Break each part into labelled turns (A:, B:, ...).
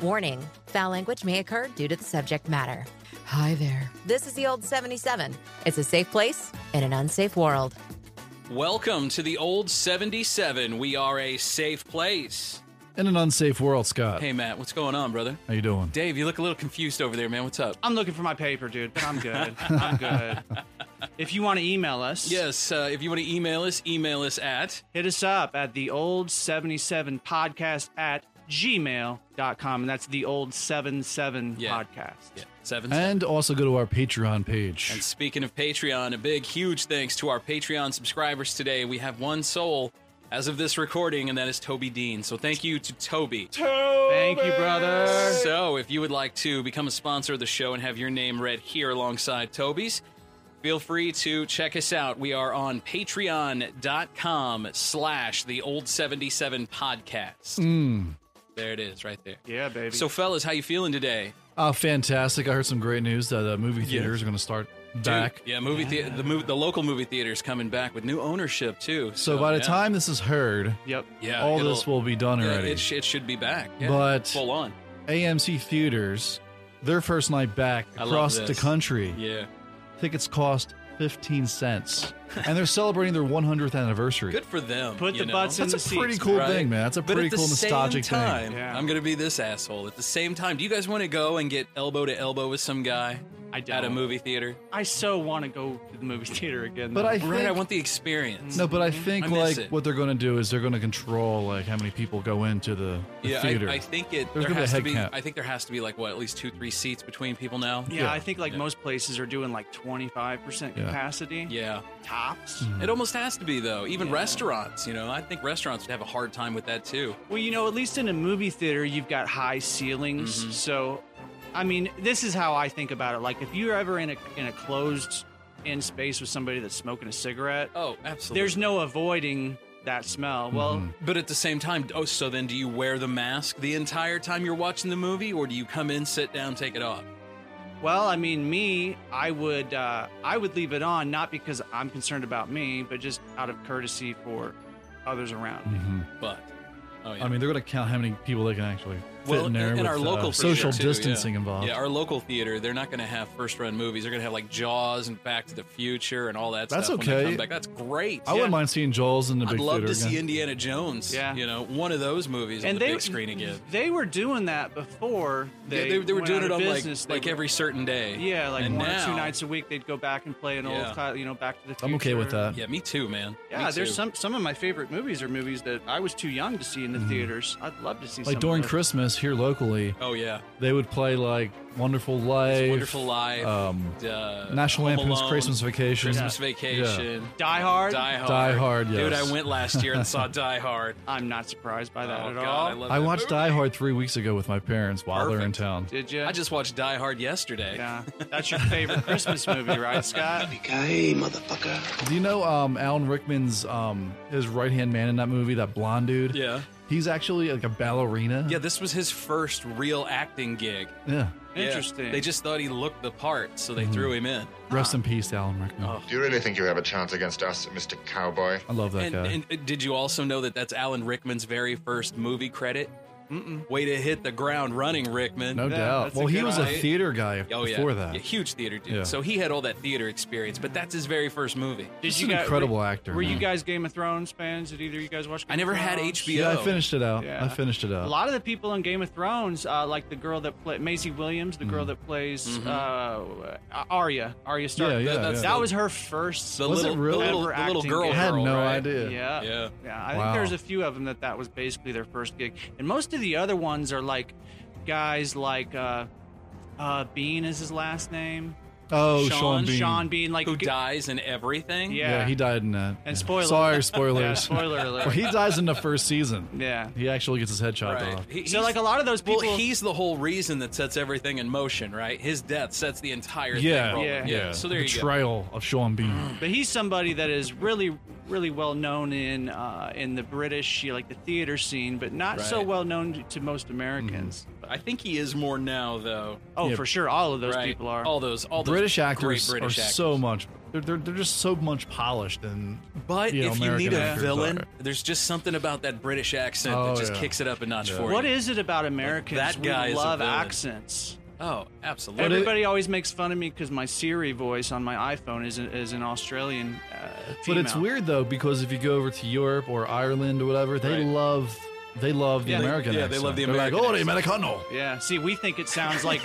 A: Warning foul language may occur due to the subject matter.
B: Hi there.
A: This is the old 77. It's a safe place in an unsafe world.
C: Welcome to the old 77. We are a safe place.
D: In an unsafe world, Scott.
C: Hey, Matt, what's going on, brother?
D: How you doing?
C: Dave, you look a little confused over there, man. What's up?
E: I'm looking for my paper, dude, but I'm good. I'm good. If you want to email us,
C: Yes, uh, if you want to email us, email us at.
E: hit us up at the old 77 podcast at gmail.com. And that's the old 77
C: Yeah.
E: podcast.
C: Yeah, seven.
D: And also go to our Patreon
C: And
D: page.
C: speaking of Patreon, a big, huge thanks to our Patreon subscribers today. We have one soul as of this recording, and that is Toby Dean. So thank you to Toby.
E: Thank you, brother.
C: So, if you would like to become a sponsor of the show and have your name read here alongside Toby's, feel free to check us out. We are on patreon.com slash the old 77 podcast.
D: Hmm.
C: There it is, right there.
E: Yeah, baby.
C: So, fellas, how you feeling today?
D: Ah, fantastic. I heard some great news that uh, movie theaters are going to start back.
C: Dude, yeah, movie thea- the mov- the local movie theater is coming back with new ownership too.
D: So by the
C: Oh, yeah.
D: time this is heard,
E: yep.
C: yeah,
D: all
C: it'll-
D: this will be done
C: yeah,
D: already.
C: it, sh- it should be back. Yeah,
D: But-
C: full on.
D: AMC theaters, their first night back
C: I love
D: across the
C: this.
D: country,
C: Yeah,
D: tickets cost 15 cents. and they're celebrating their 100th anniversary.
C: good for them.
E: Put
C: you
E: the
C: know?
E: butts in
D: That's
E: the
D: a pretty
E: seats.
D: cool
C: Right.
D: thing, man. That's a
C: But
D: pretty
C: at the
D: cool
C: same
D: nostalgic
C: time,
D: thing.
E: Yeah.
C: I'm gonna be this asshole. At the same time, do you guys want to go and get elbow to elbow with some guy
E: I
C: at a
E: don't.
C: movie theater?
E: I so want to go to the movie theater again.
D: But
E: though.
D: I think,
C: Right, I want the experience.
D: no, but I think
C: Mm-hmm. I miss
D: like
C: it.
D: what they're going to do is they're going to control like how many people go into the, the
C: yeah,
D: theater.
C: I, I think it.
D: There's
C: there
D: gonna be a
C: has to
D: head
C: be.
D: count.
C: I think there has to be like what at least two, three seats between people now.
E: yeah,
D: yeah.
E: I think like
C: Yeah.
E: most places are doing like 25%
D: Yeah.
E: capacity.
C: Yeah,
E: Tops.
C: it almost has to be though. Even
E: Yeah.
C: restaurants, you know, I think restaurants would have a hard time with that too.
E: Well, you know, at least in a movie theater, you've got high ceilings.
C: Mm-hmm.
E: So, I mean, this is how I think about it. Like, if you're ever in a in a closed in space with somebody that's smoking a cigarette,
C: Oh, absolutely. Mm-hmm.
E: there's no avoiding that smell. Well,
C: But at the same time, oh, so then do you wear the mask the entire time you're watching the movie, or do you come in, sit down, take it off?
E: well, I mean, me, I would uh, I would leave it on not because I'm concerned about me, but just out of courtesy for others around. me.
C: Mm-hmm. But oh yeah.
D: I mean, they're going to count how many people they can actually fit
C: well,
D: in there
C: and
D: with
C: our
D: uh,
C: local theater,
D: social
C: too,
D: distancing
C: yeah.
D: involved.
C: Yeah, our local theater, they're not going to have first run movies. They're going to have like Jaws and Back to the Future and all that
D: That's
C: stuff. when they
D: okay.
C: come back. That's great.
D: I wouldn't mind seeing Joel's in the
C: I'd
D: big
C: love
D: theater
C: to see
D: again.
C: Indiana Jones.
E: Yeah.
C: you know, one of those movies on
E: And
C: the
E: they
C: big screen again.
E: They were doing that before
C: Yeah,
E: they
C: they, they were
E: went
C: doing
E: out
C: it
E: of
C: on
E: business. They
C: like like
E: were-
C: every certain day.
E: Yeah, like
C: And
E: one or
C: now-
E: two nights a week, they'd go back and play an
C: Yeah.
E: old, cla- you know, Back to the Future.
D: I'm okay with that.
C: Yeah, me too, man.
E: Yeah,
C: Me
E: there's
C: too.
E: some some of my favorite movies are movies that I was too young to see in the theaters. I'd love to see some
D: Mm-hmm. Like
E: of
D: during
E: those.
D: Christmas here locally,
C: Oh yeah,
D: they would play like Wonderful Life,
C: Wonderful Life,
D: um,
C: uh,
D: National
C: Home
D: Lampoon's
C: Alone,
D: Christmas Vacation,
C: Christmas Vacation.
E: Die Hard.
C: Die Hard.
D: Die Hard,
C: Dude,
D: yes.
C: I went last year and saw Die Hard.
E: I'm not surprised by that
C: oh,
E: at
C: God,
E: all.
C: I, love
D: I
C: that
D: watched
C: movie.
D: Die Hard three weeks ago with my parents while they're in
C: Perfect.
D: town.
E: Did you?
C: I just watched Die Hard yesterday.
E: Yeah, that's your favorite Christmas movie, right, Scott?
F: Hey, motherfucker.
D: Do you know um, Alan Rickman's um, his right hand man in that movie, that blonde dude?
C: Yeah.
D: he's actually like a ballerina.
C: Yeah, this was his first real acting gig.
D: yeah.
C: Yeah.
E: Interesting.
C: They just thought he looked the part, so they
D: Mm-hmm.
C: threw him in.
D: Rest in peace, Alan Rickman.
C: Oh,
G: Do you really think you have a chance against us, Mr. Cowboy?
D: I love that
C: And,
D: guy.
C: and uh, did you also know that that's Alan Rickman's very first movie credit? Mm-mm. Way to hit the ground running, Rickman.
D: no
E: Yeah,
D: doubt.
E: that's a
D: Well, he
E: good
D: was
C: one.
D: a theater guy
C: Oh yeah,
D: before that.
C: Yeah, huge theater dude.
D: Yeah.
C: So he had all that theater experience, but that's his very first movie.
E: Did
D: He's
E: you
D: an
E: guys-
D: incredible
E: were-
D: actor,
E: Were you
D: man.
E: guys Game of Thrones fans? Did either of you guys watch? Game
C: I never
E: of
C: had
E: Thrones?
C: HBO.
D: yeah, I finished it out.
E: Yeah.
D: I finished it
E: A
D: out.
E: lot of the people in Game of Thrones, uh, like the girl that played Maisie Williams, the
C: Mm-hmm.
E: girl that plays uh, Arya, Arya Stark.
D: Yeah, yeah,
E: that,
D: yeah.
E: that was her first.
C: The
D: Was
C: little,
D: it
C: the
D: really?
C: little, the
E: Ever
C: little
E: acting
C: girl.
E: gig.
D: I had
C: girl,
D: no
C: right?
D: idea.
E: Yeah.
C: Yeah.
E: Yeah. I
D: Wow.
E: think there's a few of them that that was basically their first gig. And most of the other ones are like guys like uh, uh, Bean is his last name.
D: Oh, Sean,
C: Sean-
D: Bean.
E: Sean Bean. Like,
C: Who
E: g-
C: dies in everything?
E: Yeah.
D: Yeah. he died in that.
E: And
D: Yeah.
E: spoiler-
D: Sorry, spoilers.
E: Yeah, spoiler alert.
D: well, he dies in the first season.
E: Yeah.
D: He actually gets his head chopped
C: Right.
D: off.
C: He-
E: So,
C: he's-
E: like, a lot of those people.
C: Well, he's the whole reason that sets everything in motion, right? His death sets the entire
D: Yeah,
C: thing rolling.
D: yeah,
E: Yeah.
C: So there
D: the
C: you go.
D: Betrayal of Sean Bean.
E: but he's somebody that is really, really well known in uh, in the British, you know, like the theater scene, but not so
C: Right.
E: well known to, to most Americans.
C: I think he is more now, though.
E: Oh,
D: Mm-hmm. Yeah.
E: for sure, all of those
C: right?
E: people are.
C: all those all those
D: British
C: great
D: actors
C: British
D: are
C: actors.
D: so much They're, they're, they're just so much polished and
C: But
D: You know,
C: if you need
D: American
C: a
D: actors
C: villain,
D: are.
C: there's just something about that British accent
D: Oh,
C: that just
D: yeah.
C: kicks it up a notch for you.
E: What is it about Americans?
C: that guy
E: we
C: is a
E: love
C: villain.
E: accents.
C: Oh, absolutely.
E: Everybody always makes fun of me because my Siri voice on my iPhone is, a, is an Australian. Uh,
D: But it's
E: female.
D: weird though because if you go over to Europe or Ireland or whatever, they
C: Right.
D: love they love the
E: Yeah, they-
D: American.
C: yeah, they
D: accent.
C: love the
D: They're
C: American
D: Like, oh, the Americano.
E: Yeah. See, we think it sounds like.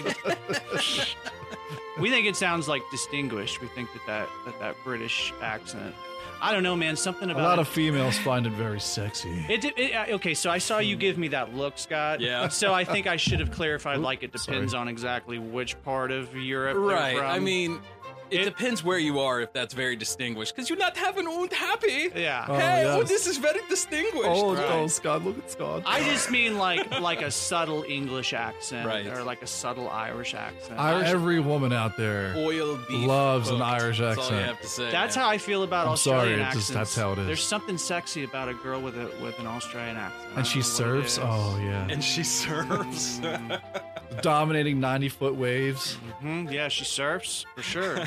E: we think it sounds like distinguished. We think that that, that that British accent. I don't know, man. Something
D: A
E: about
D: lot
E: it.
D: of females find it very sexy.
E: It, di- it, uh, okay, so I saw you give me that look, Scott.
C: Hmm. Yeah.
E: So I think I should have clarified.
D: Oop,
E: Like, it depends on exactly which part of Europe. they're
C: Right. I
E: from.
C: mean, it,
E: It-
C: depends where you are if that's very distinguished because you're not having und happy.
E: Yeah.
D: Oh,
C: hey, oh,
D: yes. Oh,
C: this is very distinguished.
E: Right.
D: Scott, look at Scott.
E: I just mean like like a subtle English accent,
C: Right.
E: or like a subtle Irish accent.
D: every woman out there.
C: Oil beef
D: Loves an
C: cooked.
D: Irish
C: That's all I
D: accent.
C: have to say.
E: That's
C: man.
E: how I feel about
D: I'm sorry,
E: Australian
D: it's
E: accents.
D: just- that's how it is.
E: There's something sexy about a girl with a with an Australian accent. I
D: and she
E: don't know what it
D: serves.
E: is.
D: Oh yeah,
C: And she serves.
D: dominating ninety foot waves.
E: Mhm, yeah, she surfs for sure.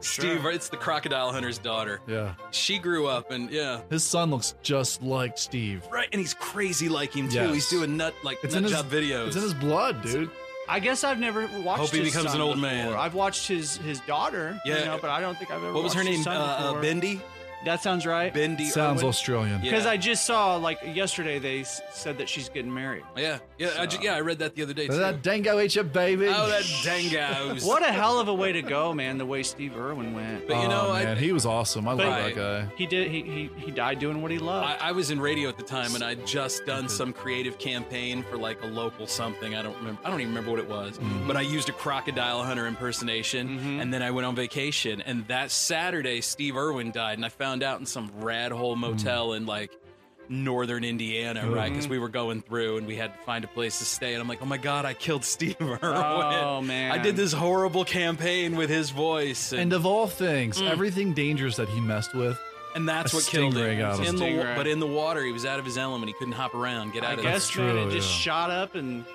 C: Steve, it's the crocodile hunter's daughter.
D: Yeah,
C: She grew up and yeah.
D: his son looks just like Steve.
C: Right, and he's crazy like him too.
D: Yes.
C: He's doing nut like
D: It's
C: nut
D: in his-
C: job videos.
D: It's in his blood, dude.
E: I guess I've never watched.
C: Hope he
E: his
C: becomes
E: son
C: an old
E: before.
C: man.
E: I've watched his his daughter.
C: Yeah.
E: you know, but I don't think I've ever.
C: what was her
E: watched his
C: name? Uh,
E: son
C: uh,
E: before.
C: Bendy.
E: That sounds right.
C: Bendy.
D: Sounds
C: Irwin?
D: Australian.
C: Yeah.
E: Because I just saw like yesterday they s- said that she's getting married.
C: Yeah, yeah, I ju- yeah. I read that the other day too.
D: That dango ate your baby.
C: oh, that dangoes.
E: What a hell of a way to go, man! The way Steve Irwin went.
C: But you know,
D: oh,
C: I-
D: man, he was awesome. I love
C: Right.
D: that guy.
E: He did. He he, he died doing what he loved.
C: I, I was in radio at the time, and I'd just done some creative campaign for like a local something. I don't remember. I don't even remember what it was.
E: Mm-hmm.
C: But I used a crocodile hunter impersonation, and then I went on vacation. And that Saturday, Steve Irwin died, and I found out in some rad
E: Mm.
C: hole motel in like northern Indiana,
E: Mm-hmm.
C: right? Because we were going through, and we had to find a place to stay. And I'm like, oh my god, I killed Steve Irwin.
E: Oh, man.
C: I did this horrible campaign with his voice, and
D: And of all things,
C: Mm.
D: everything dangerous that he messed with,
C: And that's
D: A
C: what killed
D: stingray
C: him.
D: got him.
C: In the, wa-
E: Stingray.
C: but in the water, he was out of his element. He couldn't hop around, get
E: I
C: out of
E: guess
D: That's
E: man, it
D: true,
E: just
D: yeah.
E: shot up and
C: there.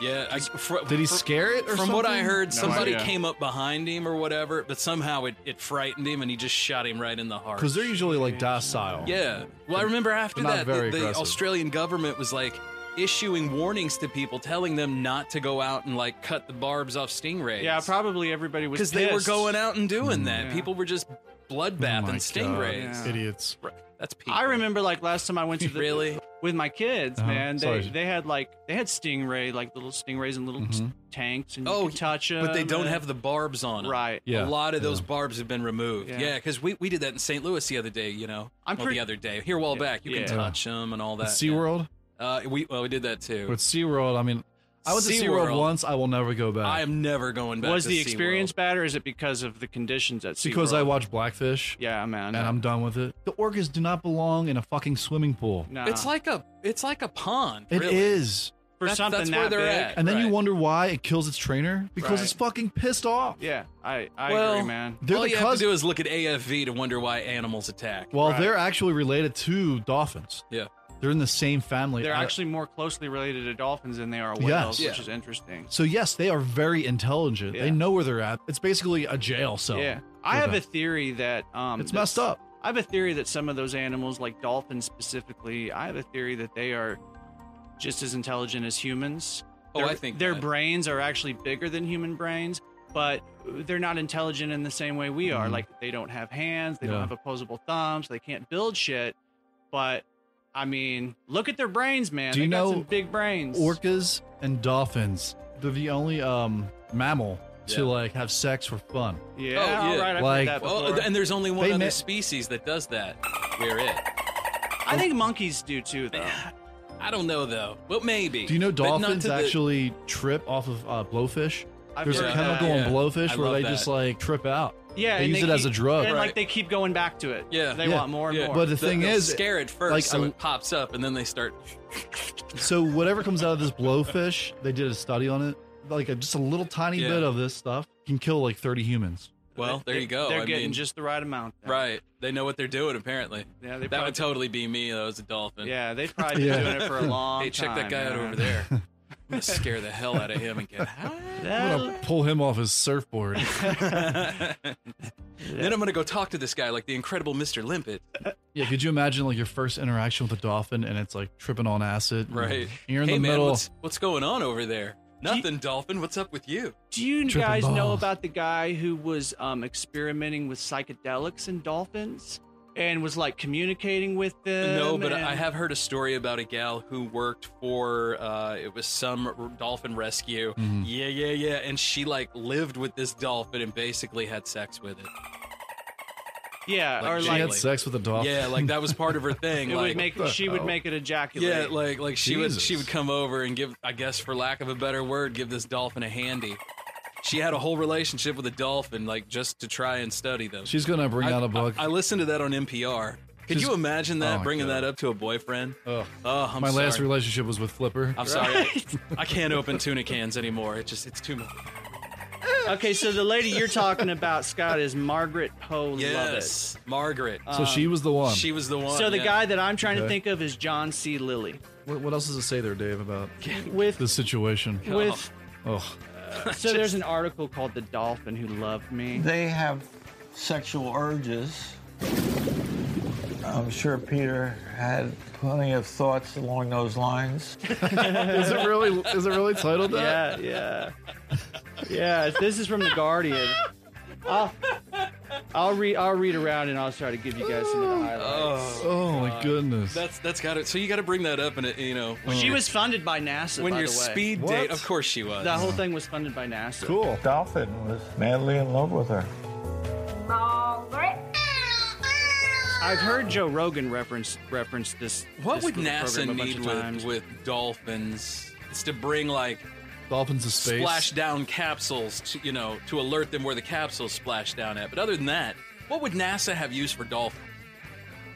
C: Yeah. I, fr-
D: did he
C: fr-
D: scare it or
C: From what I
D: something?
C: heard, somebody
E: idea.
C: came up behind him or whatever, but somehow it, it frightened him and he just shot him right in the heart.
D: Because they're usually like docile.
C: Yeah. Well, I remember after
D: not
C: that, the,
D: very
C: the
D: aggressive.
C: Australian government was like issuing warnings to people, telling them not to go out and like cut the barbs off stingrays.
E: yeah, probably everybody was
C: Because they were
E: pissed.
C: going out and doing that.
E: Yeah.
C: People were just
D: Oh
C: bloodbathing
D: my
C: stingrays.
D: God,
E: Yeah.
D: Idiots.
C: That's people.
E: I remember like last time I went to the
C: Really?
E: with my kids,
D: Uh-huh.
E: man. They
D: Sorry. Mm-hmm.
E: they had like they had stingray like little stingrays and little t- tanks and
C: Oh,
E: you could touch them,
C: But they don't have the barbs on 'em.
E: right.
D: Yeah.
C: a lot of those
D: yeah.
C: barbs have been removed.
E: Yeah.
C: Yeah, because we, we did that in St. Louis the other day. You know,
E: I'm
C: well,
E: pretty-
C: the other day here a while back. You
E: Yeah.
C: can touch them and all that.
D: At SeaWorld?
C: Yeah. Uh, we well we did that too.
D: With SeaWorld, I mean, I went to SeaWorld
C: SeaWorld.
D: once. I will never go back.
C: I am never going back.
E: Was
C: to
E: the
C: SeaWorld.
E: experience bad, or is it because of the conditions at
D: It's because I
E: SeaWorld?
D: watched Blackfish
E: Yeah, man.
D: and I'm done with it. The orcas do not belong in a fucking swimming pool.
E: Nah.
C: It's like a it's like a pond.
D: It is.
C: really.
E: for
C: that's-
E: something
C: that's
E: that
C: where they're
E: big.
C: at.
D: And then you
C: Right.
D: wonder why it kills its trainer because
E: Right.
D: it's fucking pissed off.
E: Yeah, I I
C: Well,
E: agree, man.
D: They're
C: All
D: the
C: you have to
D: cousin-
C: do is look at AFV to wonder why animals attack.
D: Well,
E: Right.
D: they're actually related to dolphins.
C: Yeah.
D: They're in the same family.
E: They're
D: I-
E: actually more closely related to dolphins than they are
D: Yes.
E: whales, which
C: Yeah.
E: is interesting.
D: So yes, they are very intelligent.
E: Yeah.
D: They know where they're at. It's basically a jail cell.
E: yeah, I have
D: Okay.
E: a theory that um,
D: It's
E: that-
D: messed up.
E: I have a theory that some of those animals, like dolphins specifically, I have a theory that they are just as intelligent as humans.
C: Oh,
E: their,
C: I think
E: their
C: that.
E: brains are actually bigger than human brains, but they're not intelligent in the same way we
C: Mm-hmm.
E: are. Like they don't have hands, they don't
D: Yeah.
E: have opposable thumbs, they can't build shit. But I mean, look at their brains, man.
D: Do
E: they
D: you
E: got
D: know
E: some big brains.
D: Orcas and dolphins. They're the only um mammal
C: Yeah.
D: to like have sex for fun.
E: yeah,
C: Oh, yeah.
E: all right, I've
D: Like-
E: heard that
C: Well,
E: before.
C: Oh, and there's only one
D: They
C: other
D: ma-
C: species that does that. We're it.
E: I think monkeys do too, though.
C: I don't know though. Well, maybe.
D: Do you know
C: But not
D: dolphins
C: to the-
D: actually trip off of uh, blowfish?
E: I've
D: There's
E: heard
D: a
E: that.
D: chemical
C: Yeah.
D: in blowfish
C: I
D: where
C: love
D: they
C: that.
D: just like trip out.
E: Yeah,
D: They
E: and
D: use it as a
E: keep-
D: drug.
E: and
C: Right.
E: like they keep going back to it.
C: Yeah.
E: they
D: Yeah.
E: want more and
C: Yeah.
E: more.
D: But the
C: They'll-
D: thing
C: they'll
D: is,
C: scare it first,
D: like,
C: so
D: I-
C: it pops up, and then they start.
D: So whatever comes out of this blowfish, they did a study on it. Like a, just a little tiny
C: Yeah.
D: bit of this stuff can kill like 30 humans.
C: Well, there you go.
E: They're
C: I
E: getting
C: mean,
E: just the right amount. then.
C: right. They know what they're doing. Apparently,
E: Yeah, they
C: that
E: probably,
C: would totally be me though as a dolphin.
E: yeah, they've probably been
D: Yeah.
E: doing it for a long
C: Hey, check that
E: time,
C: guy out
E: man.
C: over there. I'm gonna scare the hell out of him and get.
E: That-
D: pull him off his surfboard.
C: Then I'm gonna go talk to this guy like the incredible Mr. Limpet.
D: Yeah, could you imagine like your first interaction with a dolphin and it's like tripping on acid? and
C: Right.
D: Mm. You're in
C: hey
D: the
C: man,
D: middle.
C: what's what's going on over there? Nothing, dolphin. What's up with you?
E: Do you
D: Tripping
E: guys know
D: balls.
E: about the guy who was um, experimenting with psychedelics and dolphins and was like communicating with
D: Uh,
E: them?
C: No, but
E: and-
C: I have heard a story about a gal who worked for uh, it was some r- dolphin rescue.
D: Mhm.
C: Yeah, yeah, yeah, and she like lived with this dolphin and basically had sex with it.
E: Yeah,
C: like,
E: or
D: She
E: like
D: had sex with a dolphin.
C: Yeah, like that was part of her thing.
E: it
C: like,
E: would make
D: the
E: she would
D: hell?
E: make it ejaculate.
C: yeah, like like she would she
D: Jesus.
C: would come over and give I guess for lack of a better word give this dolphin a handy. She had a whole relationship with a dolphin like just to try and study them.
D: She's gonna bring
C: I,
D: out a book.
C: I, I listened to that on NPR. Could
D: She's-
C: you imagine that
D: Oh, my
C: bringing
D: God.
C: that up to a boyfriend?
D: Ugh.
C: Oh, I'm
D: My
C: sorry.
D: last relationship was with Flipper.
C: I'm sorry. I, I can't open tuna cans anymore. It just it's too much.
E: okay, so the lady you're talking about, Scott, is Margaret Poe Lovett.
C: Yes, Margaret.
D: so she was the one.
C: she was the one.
E: Um, So the
C: yeah.
E: guy that I'm trying to
D: Okay.
E: think of is John C. Lilly.
D: What, what else does it say there, Dave, about
E: With
D: the situation?
E: with
D: Oh,
E: so there's an article called "The Dolphin Who Loved Me."
B: They have sexual urges. I'm sure Peter had plenty of thoughts along those lines.
D: is it really? Is it really titled that?
E: Yeah, yeah, yeah. This is from the Guardian. I'll I'll read I'll read around and I'll try to give you guys some of the highlights.
D: Oh my goodness.
C: That's that's got it. So you got to bring that up, and it, you know when,
E: She was funded by NASA.
C: when
E: by
C: your
E: the way.
C: speed uh-huh.
D: What?
C: date. Of course she was.
E: that whole thing was funded by NASA.
D: cool.
B: Dolphin was madly in love with her.
F: Margaret.
E: I've heard Joe Rogan reference reference this.
C: what
E: this
C: would
E: little
C: NASA
E: program a bunch
C: need
E: of
C: with,
E: times.
C: with dolphins? It's to bring like
D: Dolphins of space.
C: splash down capsules to you know to alert them where the capsules splash down at. But other than that, what would NASA have used for dolphins?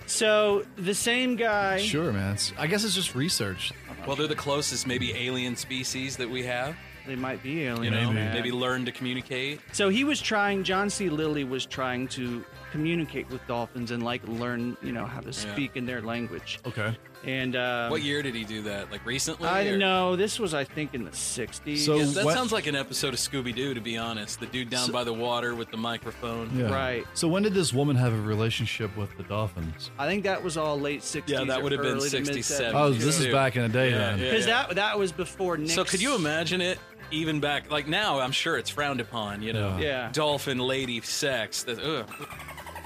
E: So the same guy.
D: Sure, man. It's- I guess it's just research.
C: Well, they're the closest maybe alien species that we have.
E: They might be alien.
C: You know,
E: man.
C: maybe learn to communicate.
E: So he was trying. John C. Lilly was trying to communicate with dolphins and like learn, you know, how to speak in their language.
D: Okay.
E: And um,
C: What year did he do that? Like recently?
E: I
C: or-
E: don't know. This was, I think, in the '60s.
D: So-
C: Yeah, that
D: What-
C: sounds like an episode of Scooby Doo, to be honest. The dude down by the water with the microphone.
D: Yeah.
E: Right.
D: So when did this woman have a relationship with the dolphins?
E: I think that was all late '60s.
C: Yeah, that
E: would have
C: been 67.
D: Oh, this is
C: Yeah.
D: back in the day then.
C: yeah.
E: Because that that was before Nick.
C: So could you imagine it even back like now? I'm sure it's frowned upon. You know,
E: Yeah. Yeah.
C: dolphin lady sex. That, ugh.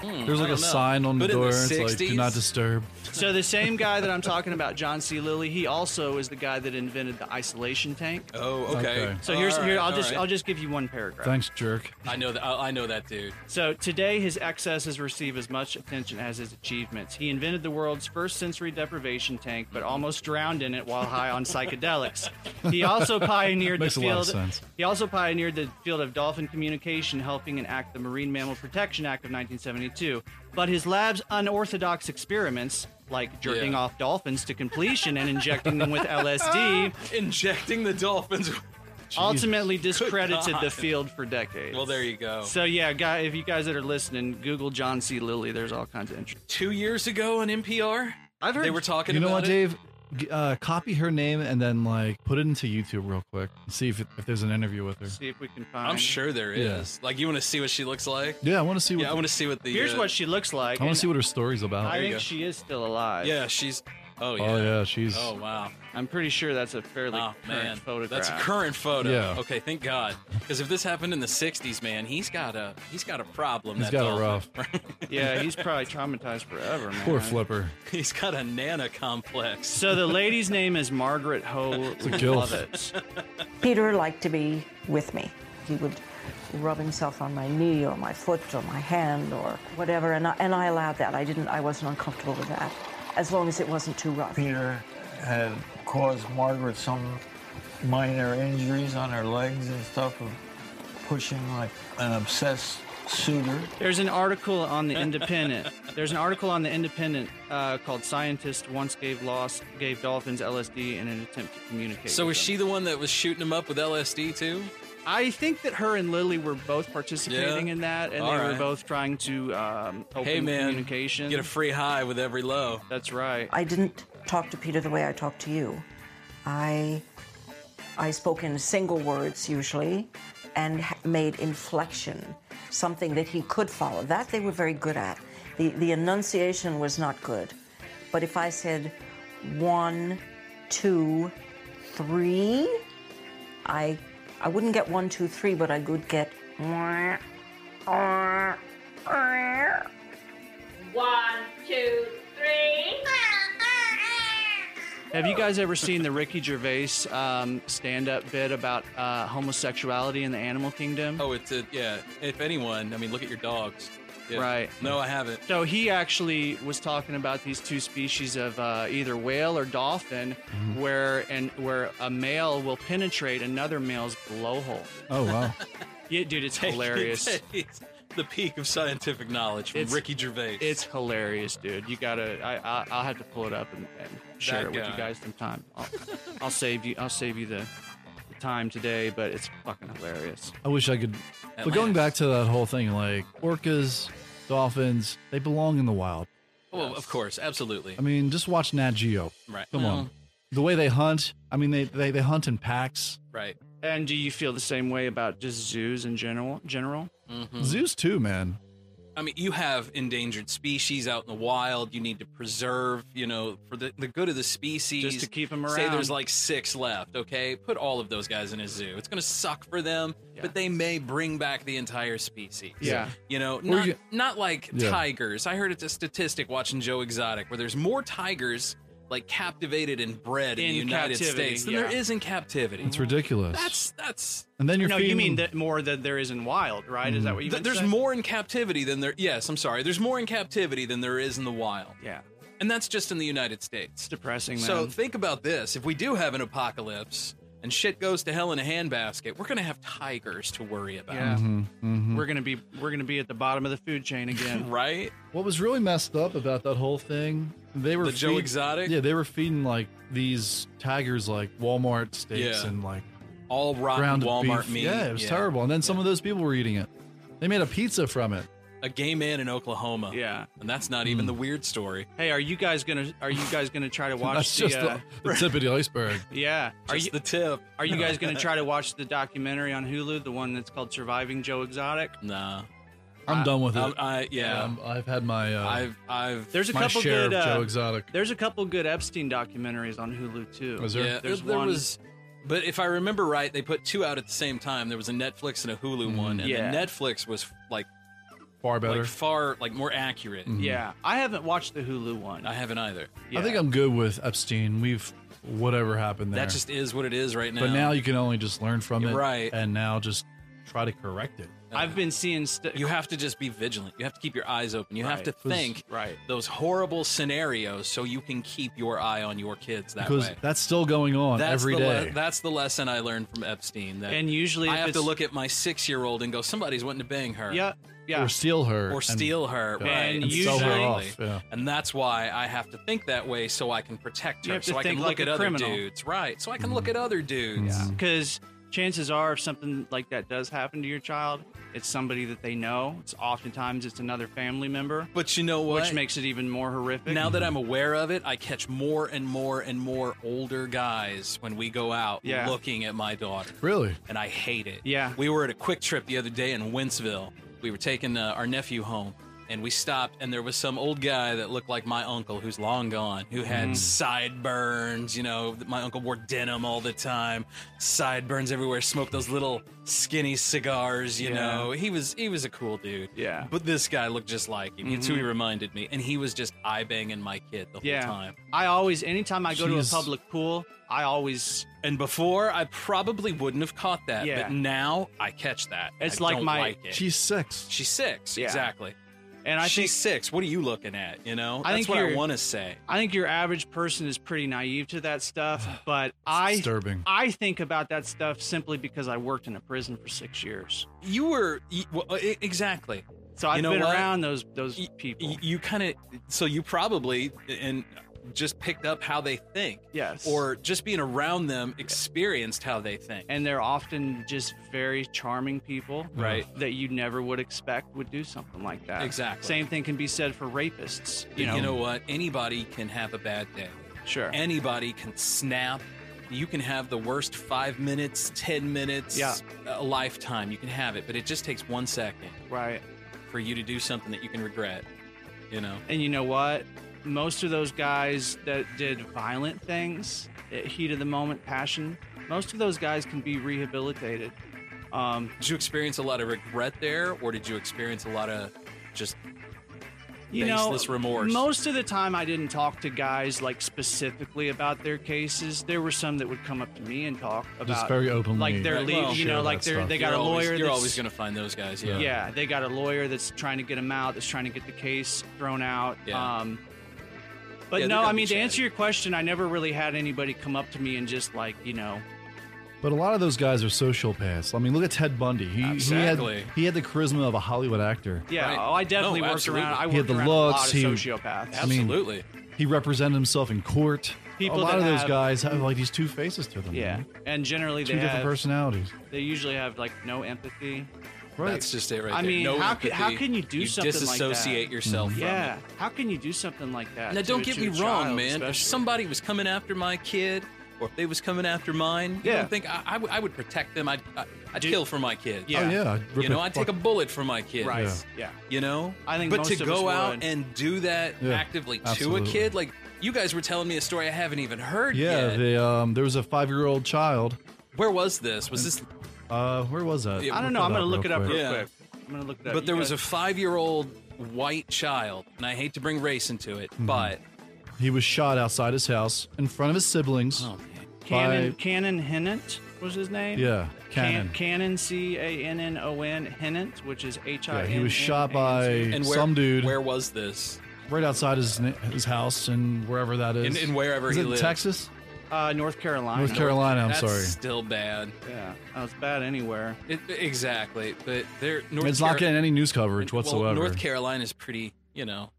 D: There's like
C: I
D: a
C: don't know.
D: sign on the
C: But in the
D: door. it's like do
C: 60s?
D: not disturb.
E: So the same guy that I'm talking about, John C. Lilly, he also is the guy that invented the isolation tank.
C: Oh, okay.
D: Okay.
E: So here's
C: All
E: here
C: right,
E: I'll
C: all
E: just
C: right.
E: I'll just give you one paragraph.
D: Thanks, jerk.
C: I know that. I I know that dude.
E: So today, his excesses receive as much attention as his achievements. He invented the world's first sensory deprivation tank, but almost drowned in it while high on psychedelics. He also pioneered
D: Makes
E: the
D: a lot of
E: field.
D: sense.
E: He also pioneered the field of dolphin communication, helping enact the Marine Mammal Protection Act of 1972. But his lab's unorthodox experiments, like jerking
C: Yeah.
E: off dolphins to completion and injecting them with LSD,
C: Injecting the dolphins.
E: ultimately discredited the
C: God.
E: field for decades.
C: Well, there you go.
E: So yeah, guy, if you guys that are listening, Google John C. Lilly. There's all kinds of interest.
C: Two years ago on NPR,
E: I've heard
C: they were talking
D: You know
C: about
D: what,
C: it.
D: Dave? G- Uh, copy her name and then like put it into YouTube real quick. And see if it, if there's an interview with her.
E: See if we can find.
C: I'm sure there
D: Yeah.
C: is. Like, you want to see what she looks like?
D: Yeah, I want to see what
C: Yeah, I want to see what the.
E: Here's
C: uh,
E: what she looks like.
D: I want
E: and
D: to see what her story's about.
E: I
C: you
E: think
C: go.
E: she is still alive.
C: Yeah, she's. Oh yeah.
D: oh yeah, she's
C: Oh, wow.
E: I'm pretty sure that's a fairly
C: Oh
E: current
C: man,
E: photograph.
C: that's a current photo.
D: Yeah.
C: Okay, thank God. Because if this happened in the '60s, man, he's got a he's got a problem.
D: he's
C: that
D: got it
C: dolphin.
D: rough.
E: yeah, he's probably traumatized forever, man.
D: Poor Flipper.
C: He's got a nana complex.
E: So the lady's name is Margaret Ho
D: gilf.
E: Lovett.
H: Peter liked to be with me. He would rub himself on my knee or my foot or my hand or whatever, and I, and I allowed that. I didn't. I wasn't uncomfortable with that, as long as it wasn't too rough.
B: Peter had caused Margaret some minor injuries on her legs and stuff of pushing like an obsessed suitor.
E: There's an article on the Independent. There's an article on the Independent uh, called "Scientist Once Gave Loss Gave Dolphins LSD in an Attempt to Communicate."
C: So
E: with
C: is
E: Them."
C: she the one that was shooting him up with LSD too?
E: I think that her and Lily were both participating
C: Yeah.
E: in that, and
C: All
E: they were
C: right.
E: both trying to um, open
C: Hey man,
E: communication.
C: get a free high with every low.
E: That's right.
H: I didn't talk to Peter the way I talked to you. I I spoke in single words usually and ha- made inflection. something that he could follow. That they were very good at. The, the enunciation was not good. But if I said one, two, three, I, I wouldn't get one, two, three, but I would get.
F: One, two, three.
E: Have you guys ever seen the Ricky Gervais um, stand-up bit about uh, homosexuality in the animal kingdom?
C: Oh, it's a, yeah. If anyone, I mean, look at your dogs. Yeah.
E: Right.
C: No, I haven't.
E: So he actually was talking about these two species of uh, either whale or dolphin,
C: Mm-hmm.
E: where and where a male will penetrate another male's blowhole.
D: Oh wow.
E: Yeah, dude, it's hilarious.
C: It's the peak of scientific knowledge from
E: It's-
C: Ricky Gervais.
E: It's hilarious, dude. You gotta. I, I I'll have to pull it up and, and share
C: That
E: it with
C: guy.
E: you guys sometime. I'll, I'll save you. I'll save you the, the time today, but it's fucking hilarious.
D: I wish I could. But going back to that whole thing, like orcas, dolphins, they belong in the wild.
C: Oh, of course, absolutely.
D: I mean, just watch Nat Geo.
C: Right.
D: Come
C: Well-
D: on. The way they hunt. I mean, they, they, they hunt in packs.
C: Right.
E: And do you feel the same way about just zoos in general? General?
C: Hmm.
D: Zoos too, man.
C: I mean, you have endangered species out in the wild. You need to preserve, you know, for the, the good of the species.
E: Just to keep 'em
C: Say
E: around.
C: there's like six left, okay? Put all of those guys in a zoo. It's going to suck for them, but they may bring back the entire species.
E: Yeah.
C: You know, not,
D: you-
C: not like
D: Yeah.
C: tigers. I heard it's a statistic watching Joe Exotic where there's more tigers like captivated and bred in,
E: In
C: the United
E: captivity,
C: States than
E: yeah.
C: there is in captivity.
D: It's ridiculous.
C: That's, that's,
D: and then you're
E: no,
D: feeding
E: you mean
D: them-
E: that more that there is in wild, right? Is that what you?
C: Th-
E: meant?
C: there's more in captivity than there. Yes, I'm sorry. There's more in captivity than there is in the wild,
E: Yeah,
C: and that's just in the United States.
E: depressing. Man.
C: So think about this: if we do have an apocalypse and shit goes to hell in a handbasket, we're gonna have tigers to worry about,
E: yeah,
D: Hmm.
C: mm-hmm.
E: we're gonna be we're gonna be at the bottom of the food chain again.
C: right?
D: What was really messed up about that whole thing? They were
C: The Joe
D: feed-
C: Exotic?
D: Yeah, they were feeding like these tigers like Walmart steaks
C: Yeah.
D: and like
C: All rotten
D: ground
C: Walmart
D: beef.
C: meat.
D: Yeah, it was terrible. And then some of those people were eating it. They made a pizza from it.
C: A gay man in Oklahoma.
E: Yeah.
C: and that's not even the weird story.
E: hey, are you guys gonna are you guys gonna try to watch
D: That's
E: the?
D: just
E: uh,
D: the, the tip of the iceberg.
E: yeah, are
C: Just
E: you
C: the tip?
E: are you guys gonna try to watch the documentary on Hulu, the one that's called Surviving Joe Exotic?
C: Nah.
D: I'm done with it.
C: Um, I, yeah.
D: Um, I've had my uh,
C: I've I've
E: There's a
D: my
E: couple
D: share
E: good.
D: of
E: Uh,
D: Joe Exotic.
E: There's a couple good Epstein documentaries on Hulu too.
D: Was there?
C: Yeah,
E: There's
C: there, there
E: one-
C: was. But if I remember right, they put two out at the same time. There was a Netflix and a Hulu one, and
E: Yeah.
C: the Netflix was like
D: Far better.
C: like far like more accurate.
E: Yeah, I haven't watched the Hulu one.
C: I haven't either.
E: yeah.
D: I think I'm good with Epstein. We've whatever happened there.
C: That just is what it is right now.
D: but now you can only just learn from it,
C: Right.
D: And now just try to correct it.
E: I've been seeing st-
C: you have to just be vigilant. You have to keep your eyes open. You have
E: Right.
C: to think
E: right.
C: those horrible scenarios so you can keep your eye on your kids that
D: because
C: way.
D: that's still going on
C: That's
D: every
C: the
D: day.
C: le- that's the lesson I learned from Epstein. That
E: And usually
C: I
E: if
C: have to
E: it's-
C: look at my six year old and go, somebody's wanting to bang her.
E: Yeah, yeah.
D: Or steal her.
C: or
D: and-
C: steal her,
D: yeah.
C: right?
E: And
C: And
E: sell her
C: exactly.
D: off, yeah.
C: And that's why I have to think that way so I can protect
E: You
C: her,
E: have to
C: so I can
E: think
C: look
E: like
C: at
E: a
C: other
E: criminal.
C: dudes, right? So I can
D: Mm.
C: look at other dudes.
E: because chances are if something like that does happen to your child it's somebody that they know it's oftentimes it's another family member
C: But you know what?
E: which makes it even more horrific
C: now that I'm aware of it, I catch more and more and more older guys when we go out
E: Yeah.
C: looking at my daughter.
D: Really?
C: and I hate it.
E: Yeah.
C: We were at a quick trip the other day in Wentzville. We were taking uh, our nephew home and we stopped and there was some old guy that looked like my uncle who's long gone who had
E: Mm.
C: sideburns you know my uncle wore denim all the time sideburns everywhere smoked those little skinny cigars you
E: Yeah.
C: know he was he was a cool dude
E: Yeah. Mm-hmm.
C: but this guy looked just like him That's who he reminded me and he was just eye banging my kid the
E: yeah
C: whole time
E: i always anytime i go
D: Jeez.
E: to a public pool i always
C: and before i probably wouldn't have caught that
E: Yeah.
C: but now i catch that
E: It's
C: I
E: like
C: don't
E: my-
C: like it.
D: She's six.
C: She's six,
E: Yeah.
C: exactly.
E: and i
C: She's
E: think
C: six. What are you looking at? You know,
E: I
C: that's
E: think
C: what I
E: you're-
C: want to say.
E: i think your average person is pretty naive to that stuff but i
D: disturbing.
E: i think about that stuff simply because i worked in a prison for six years
C: You were you, well, e- exactly.
E: so i've
C: know
E: been
C: what?
E: around those those
C: Y-
E: people
C: You, kind of so you probably and just picked up how they think,
E: yes
C: or just being around them experienced how they think.
E: and they're often just very charming people
C: Right.
E: that you never would expect would do something like that
C: Exactly.
E: same thing can be said for rapists you
C: you,
E: know,
C: know, what? Anybody can have a bad day.
E: sure
C: Anybody can snap. You can have the worst five minutes, ten minutes,
E: Yeah.
C: a lifetime. You can have it, but it just takes one second.
E: Right.
C: for you to do something that you can regret. You know,
E: And you know what? Most of those guys that did violent things, eh, heat of the moment, passion, most of those guys can be rehabilitated. Um,
C: did you experience a lot of regret there, or did you experience a lot of just
E: you
C: baseless
E: know,
C: remorse?
E: Most of the time, I didn't talk to guys like specifically about their cases. There were some that would come up to me and talk about
D: Just very openly.
E: like their
C: Right,
E: lead,
C: well,
E: you
D: share
E: know,
D: that
E: like they're,
D: stuff.
E: they got
C: You're
E: a lawyer.
C: Always, you're
E: that's-
C: always going to find those guys. Yeah.
E: yeah. they got a lawyer that's trying to get them out, that's trying to get the case thrown out.
C: Yeah.
E: Um, but
C: Yeah, they're
E: no,
C: gonna
E: I
C: be
E: mean, to
C: chatty.
E: answer your question, I never really had anybody come up to me and just like, you know,
D: But a lot of those guys are sociopaths. I mean, look at Ted Bundy. He, he
C: Exactly.
D: had he had the charisma of a Hollywood actor.
E: yeah,
C: Right.
E: oh, I definitely
C: No,
E: worked
C: absolutely.
E: around. I
D: He
E: worked
D: had the
E: around a lot
D: looks,
E: of
D: he-
E: sociopaths.
D: I mean,
C: Absolutely.
D: He represented himself in court.
E: People
D: a lot
E: that
D: of those
E: have-
D: guys have like these two faces to them.
E: yeah,
D: man.
E: and generally
D: two
E: they
D: different
E: have,
D: personalities.
E: they usually have like no empathy.
D: Right.
C: That's just it, right
E: I
C: there.
E: mean,
C: no
E: how ca- how
C: empathy.
E: can you do something like that?
C: Disassociate yourself. From
E: Yeah, how can you do something like that?
C: It. Now,
E: to-
C: don't get
E: to
C: me
E: a
C: wrong,
E: child
C: man. If
E: especially?
C: somebody was coming after my kid, or if they was coming after mine, you
E: Yeah.
C: don't think I, I would- I would protect them. I'd, I, I'd
E: Dude.
C: kill for my kid.
E: Yeah.
D: Oh yeah.
C: You know, I'd take a bullet for my kid.
E: right?
D: Yeah.
E: yeah.
C: You know,
E: I think
C: But
E: most
C: to
E: of us
C: go out
E: would.
C: and do that
D: Yeah,
C: actively to
D: absolutely.
C: a kid, like you guys were telling me a story I haven't even heard
D: Yeah.
C: yet.
D: They, um, there was a five-year-old child.
C: Where was this? Was this?
D: Uh, where was that?
C: Yeah,
E: I don't know.
D: Look
E: I'm
D: that
E: gonna look it up real
C: Yeah.
E: quick. I'm gonna look it up.
C: But there
E: You
C: was a
E: guys-
C: five-year-old white child, and I hate to bring race into it,
D: Mm-hmm.
C: but
D: He was shot outside his house in front of his siblings.
C: oh man,
E: Cannon
D: by-
E: Cannon Hennant was his name.
D: Yeah, Cannon.
E: Can- Cannon C A N N O N Hennant, which is H I.
D: Yeah, he was shot by
C: and where,
D: some dude
C: Where was this?
D: right outside his his house and wherever that is.
C: In- in wherever
D: Is
C: he
D: it
C: lived.
D: Texas,
E: uh, North Carolina.
D: North Carolina. I'm
C: That's
D: sorry.
C: still bad.
E: Yeah, that was bad anywhere.
C: It, exactly, but there. North
D: it's
C: Caro-
D: not getting any news coverage whatsoever.
C: Well, North Carolina's pretty, you know,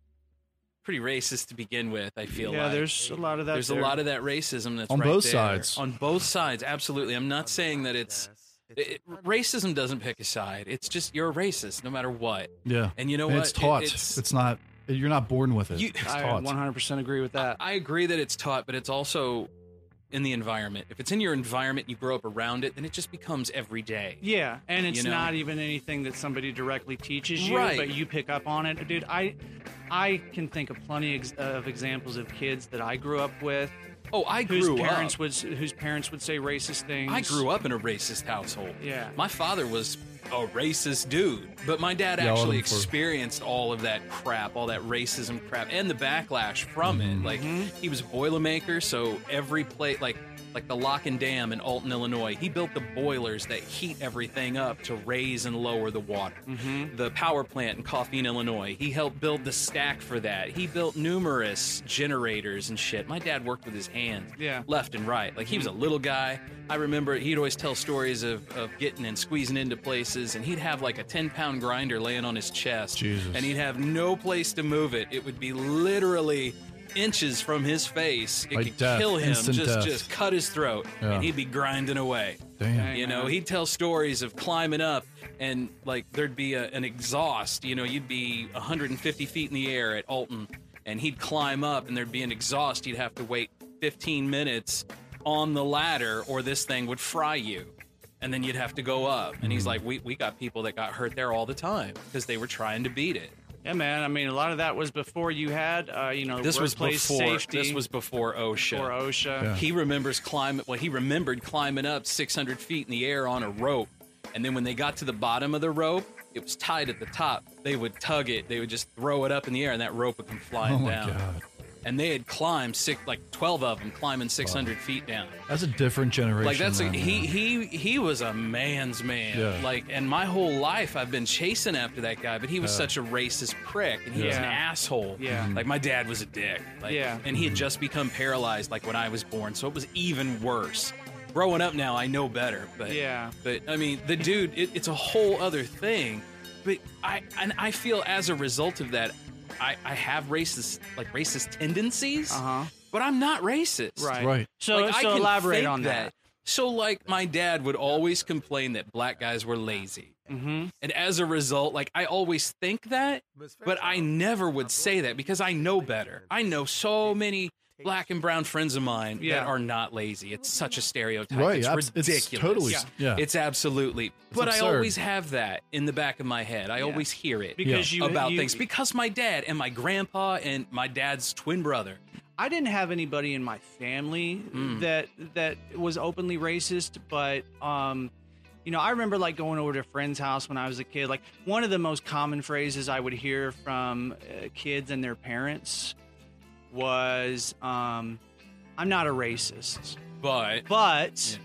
C: pretty racist to begin with. I feel
E: Yeah,
C: like.
E: there's a lot of that.
C: There's
E: there.
C: a lot of that racism that's
D: On
C: right
D: both
C: there.
D: sides.
C: On both sides, absolutely. I'm not saying that it's it, racism doesn't pick a side. It's just you're a racist no matter what.
D: yeah,
C: And you know
D: and
C: what?
D: It's
C: It-
D: taught.
C: it's-
D: it's, not. You're not born with it.
C: You-
D: it's
E: I
D: taught.
E: 100% agree with that.
C: I agree that it's taught, but it's also in the environment. If it's in your environment, you grow up around it, then it just becomes every day.
E: Yeah, and it's
C: know?
E: not even anything that somebody directly teaches you,
C: Right.
E: but you pick up on it, dude. I, I can think of plenty ex- of examples of kids that I grew up with
C: Oh, I
E: whose
C: grew
E: parents
C: up.
E: would whose parents would say racist things.
C: I grew up in a racist household.
E: Yeah.
C: My father was a racist dude, but my dad
D: Yeah, all of
C: actually
D: them for-
C: experienced all of that crap, all that racism crap, and the backlash from it. Like he was a boilermaker, so every plate, like like the lock and dam in Alton, Illinois, he built the boilers that heat everything up to raise and lower the water.
E: Mm-hmm.
C: The power plant in Coffeen, Illinois, he helped build the stack for that. He built numerous generators and shit. My dad worked with his hands
E: Yeah.
C: left and right. Like he was a little guy. I remember he'd always tell stories of, of getting and squeezing into places, and he'd have like a 10 pound grinder laying on his chest.
D: Jesus.
C: And he'd have no place to move it. It would be literally inches from his face. It
D: Like
C: could
D: death,
C: kill him,
D: instant
C: just,
D: death.
C: just cut his throat,
D: Yeah.
C: and he'd be grinding away.
D: Damn.
C: You know,
E: man.
C: he'd tell stories of climbing up and like there'd be a, an exhaust. You know, you'd be 150 feet in the air at Alton and he'd climb up and there'd be an exhaust. You'd have to wait 15 minutes on the ladder or this thing would fry you. And then you'd have to go up. And
E: Hmm.
C: he's like, we, we got people that got hurt there all the time because they were trying to beat it.
E: Yeah, man. I mean, a lot of that was before you had, uh, you know,
C: This was
E: workplace
C: before
E: safety.
C: this was before OSHA.
E: before OSHA.
D: Yeah.
C: He remembers climbing. Well, he remembered climbing up 600 feet in the air on a rope, and then when they got to the bottom of the rope, it was tied at the top. They would tug it. They would just throw it up in the air, and that rope would come flying
D: Oh my
C: down.
D: god.
C: And they had climbed six, like 12 of them, climbing 600 feet down.
D: That's a different generation.
C: Like that's a,
D: then,
C: he
D: man.
C: he he was a man's man.
D: Yeah.
C: Like, and my whole life I've been chasing after that guy, but he was
D: Yeah. Mm-hmm.
C: such a racist prick, and he was an
E: Yeah.
C: asshole.
E: Yeah. Mhm.
C: like my dad was a dick. Like,
E: Yeah.
C: and he had just become paralyzed like when I was born, so it was even worse. Growing up now, I know better, but
E: Yeah.
C: but I mean, the dude, it, it's a whole other thing. But I and I feel as a result of that, I I have racist like racist tendencies,
E: Uh-huh.
C: but I'm not racist,
E: Right.
D: Right.
E: So,
C: like, I
E: so
C: can
E: elaborate
C: fake
E: on that.
C: So, like, my dad would always complain that black guys were lazy.
E: Mm-hmm.
C: And as a result, like, I always think that, but I never would say that because I know better. I know so many black and brown friends of mine
E: Yeah.
C: that are not lazy. It's such a stereotype.
D: Right,
C: It's
D: abs- it's
C: ridiculous.
D: totally-
E: Yeah.
D: yeah.
C: It's absolutely. but I
D: absurd.
C: always have that in the back of my head. I always hear it
E: Because you-
C: about
E: you-
C: things because my dad and my grandpa and my dad's twin brother.
E: I didn't have anybody in my family
C: Hmm.
E: that that was openly racist, but um, you know, I remember like going over to a friend's house when I was a kid. Like one of the most common phrases I would hear from uh, kids and their parents was, um, "I'm not a racist,"
C: But
E: but,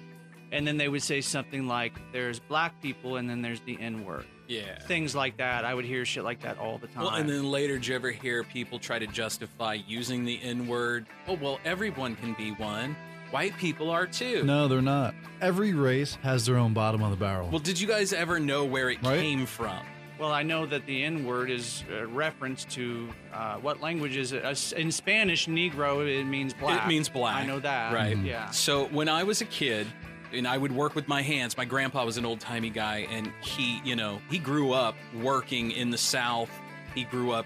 E: and then they would say something like, "There's black people," and then there's the N word.
C: yeah.
E: Things like that. I would hear shit like that all the time.
C: Well, and then later, do you ever hear people try to justify using the N word? Oh, well, everyone can be one. White people are too.
D: No, they're not. Every race has their own bottom on the barrel.
C: Well, did you guys ever know where it
D: Right?
C: came from?
E: Well, I know that the N word is a reference to uh, what language is it? Uh, in Spanish, Negro, it means black.
C: It means black.
E: I know that.
C: Right.
E: Yeah.
C: So when I was a kid, and I would work with my hands. My grandpa was an old timey guy, and he, you know, he grew up working in the South. He grew up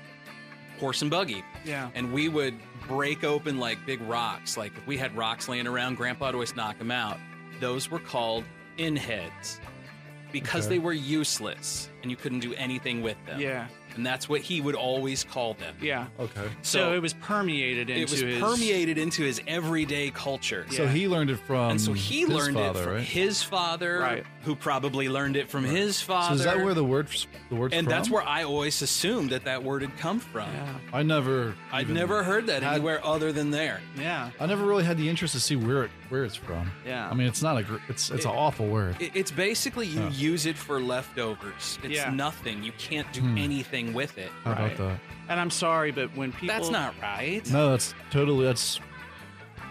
C: horse and buggy.
E: Yeah.
C: And we would break open like big rocks. Like if we had rocks laying around, grandpa would always knock them out. Those were called in heads because
D: Okay.
C: they were useless and you couldn't do anything with them.
E: Yeah.
C: And that's what he would always call them.
E: Yeah.
D: okay.
E: So, it was permeated into
C: it was
E: his-
C: permeated into his everyday culture.
D: So
E: Yeah.
D: he learned it from.
C: and so he
D: Um, his
C: learned
D: father,
C: it from
D: right?
C: his father,
E: Right.
C: who probably learned it from his father.
D: So is that where the word the word?
C: and
D: from?
C: that's where I always assumed that that word had come from.
E: Yeah.
D: I never.
C: I'd
D: even-
C: never heard that
D: had-
C: anywhere other than there.
E: Yeah.
D: I never really had the interest to see where it where it's from.
E: Yeah.
D: I mean, it's not a. gr- It's it's
C: It-
D: an awful word.
C: It- It's basically you
D: Huh.
C: use it for leftovers. It's
E: Yeah.
C: nothing. You can't do
D: Hmm.
C: anything with it.
D: How
E: right.
D: about that?
E: And I'm sorry, but when people.
C: That's not right.
D: No, that's totally. That's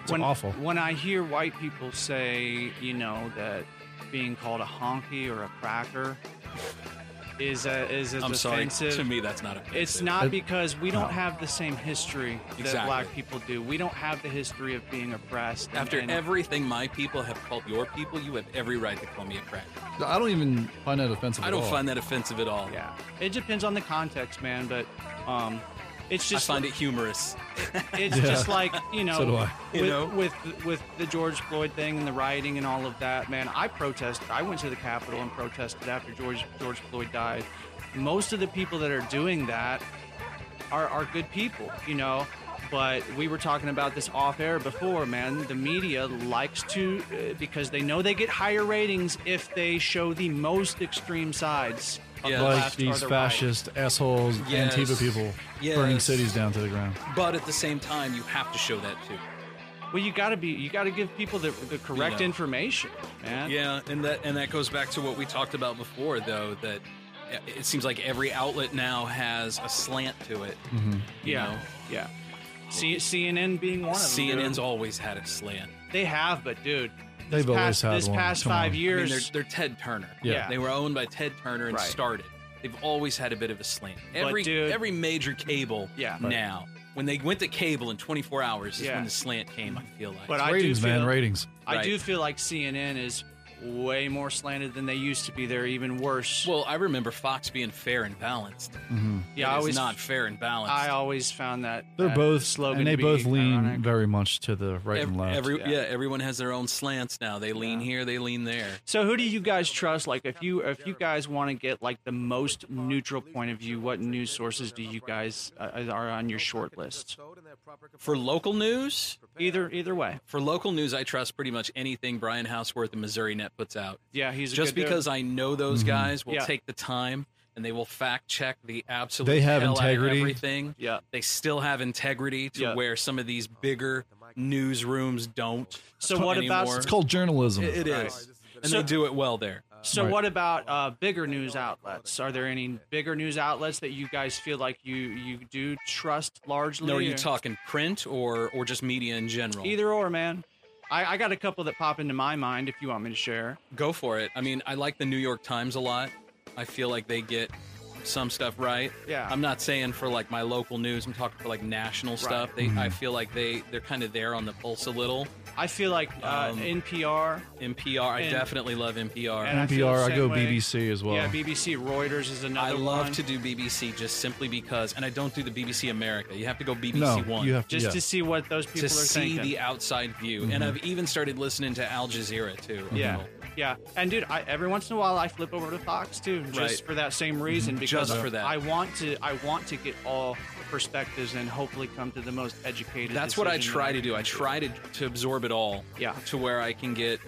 D: it's
E: when,
D: awful.
E: When I hear white people say, you know, that being called a honky or a cracker is, a, is as
C: I'm sorry.
E: offensive.
C: To me, that's not offensive.
E: It's not
D: It-
E: because we don't
D: No.
E: have the same history that
C: Exactly.
E: black people do. We don't have the history of being oppressed. and-
C: After
E: and-
C: everything my people have called your people, you have every right to call me a crack.
D: I don't even find that offensive.
C: I
D: at
C: don't
D: all.
C: find that offensive at all.
E: yeah, it depends on the context, man. But um, it's just
C: I find it humorous.
E: it's just like you know,
D: So do I.
E: With,
C: You know?
E: with with the George Floyd thing and the rioting and all of that, man. I protested. I went to the Capitol and protested after George George Floyd died. Most of the people that are doing that are are good people, you know. But we were talking about this off air before, man. The media likes to uh, because they know they get higher ratings if they show the most extreme sides. Of
C: Yeah.
E: the
D: like
E: left or
D: these
E: the right.
D: fascist assholes,
C: Yes.
D: Antifa people,
C: Yes.
D: burning cities down to the ground.
C: But at the same time, you have to show that too.
E: Well, you gotta be, you gotta give people the, the correct
C: know.
E: information, man.
C: Yeah, and that and that goes back to what we talked about before, though. That it- it seems like every outlet now has a slant to it.
D: Mm-hmm.
C: you
E: yeah,
C: know?
E: yeah. C- CNN being one of them. dude.
C: CNN's always had a slant.
E: They have, but dude,
D: They've
E: this
D: always
E: past,
D: had
E: this
D: one.
E: past
D: Come
E: five
D: on.
C: I mean,
E: years.
C: they're, they're Ted Turner.
D: Yeah.
E: Yeah.
C: They were owned by Ted Turner and
E: Right.
C: started. They've always had a bit of a slant.
E: But
C: Every
E: dude-
C: every major cable
E: Yeah. Right.
C: now. When they went to cable in 24 hours is
E: Yeah.
C: when the slant came, I feel like.
E: But I do
D: ratings, man,
E: feel-
D: ratings.
E: I
C: Right.
E: do feel like CNN is way more slanted than they used to be. They're even worse.
C: well, I remember Fox being fair and balanced.
E: yeah,
C: It
E: I
C: is
E: always
C: not fair and balanced.
E: I always found that
D: They're
E: that
D: both
E: slogan,
D: and they
E: to be
D: both lean
E: ironic.
D: very much to the right
C: Ev-
D: and left.
C: every-
E: Yeah.
C: yeah. everyone has their own slants now. They lean here, they lean there.
E: So who do you guys trust? Like if you if you guys want to get like the most neutral point of view, what news sources do you guys uh, are on your short list?
C: For local news,
E: Either either way.
C: for local news, I trust pretty much anything Brian Houseworth and Missouri Net puts out.
E: Yeah, he's a
C: Just
E: good dude.
C: because I know
D: Mm-hmm.
C: those guys will
E: Yeah.
C: take the time and they will fact check the absolute.
D: They have
C: hell out of
D: integrity.
C: Everything.
E: Yeah.
C: They still have integrity to
E: Yeah.
C: where some of these bigger newsrooms don't.
E: So what about-
C: anymore.
D: it's called journalism.
C: It- it
E: Right.
C: is, and
E: So-
C: they do it well there.
E: So
D: Right.
E: what about uh, bigger news outlets? Are there any bigger news outlets that you guys feel like you you do trust largely?
C: No, are
E: or-
C: you talking print or or just media in general?
E: either or, man? I, I got a couple that pop into my mind if you want me to share.
C: Go for it. I mean, I like the New York Times a lot. I feel like they get some stuff right.
E: Yeah.
C: I'm not saying for like my local news. I'm talking for like national stuff. They,
D: Mm-hmm.
C: I feel like they they're kind of there on the pulse a little.
E: I feel like uh,
C: Um,
E: NPR
C: NPR. I
E: And-
C: definitely love NPR.
E: and I feel
D: NPR,
E: the
D: I go
E: same way.
D: BBC as well.
E: Yeah, BBC Reuters is another.
C: I love
E: one.
C: to do BBC just simply because, and I don't do the BBC America. You have to go BBC
D: no,
C: One
D: you have Mm-hmm. to,
E: just
D: yeah.
E: to see what those people
C: to
E: are
C: see
E: thinking.
C: the outside view. And I've even started listening to Al Jazeera too.
E: yeah, yeah. And dude, I, every once in a while I flip over to Fox too, just
C: Right. Mm-hmm.
E: for that same reason. Because
C: Just for that.
E: I want to. I want to get all perspectives and hopefully come to the most educated.
C: That's what I
E: decision
C: try
E: that
C: to do. I
E: can
C: try to, to absorb it all.
E: Yeah.
C: To where I can get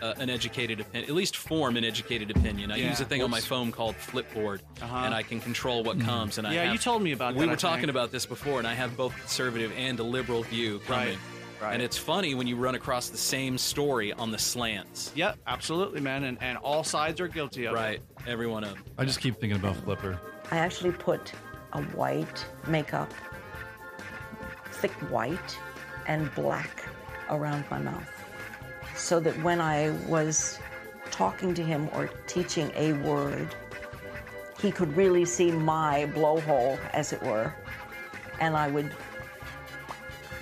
C: uh, an educated opinion, at least form an educated opinion. I
E: Yeah.
C: use a thing on my
E: Whoops.
C: phone called Flipboard,
E: Uh-huh.
C: and I can control what comes. And I
E: Yeah, you
C: have-
E: told me about
C: We
E: that,
C: were
E: I
C: talking
E: think.
C: about this before, and I have both conservative and a liberal view coming.
E: Right.
C: And it's funny when you run across the same story on the slants.
E: Yep, absolutely, man. And and all sides are guilty of it.
C: Right. Every one of them.
D: I just keep thinking about Flipper.
H: I actually put a white makeup, thick white, and black around my mouth. So that when I was talking to him or teaching a word, he could really see my blowhole, as it were. And I would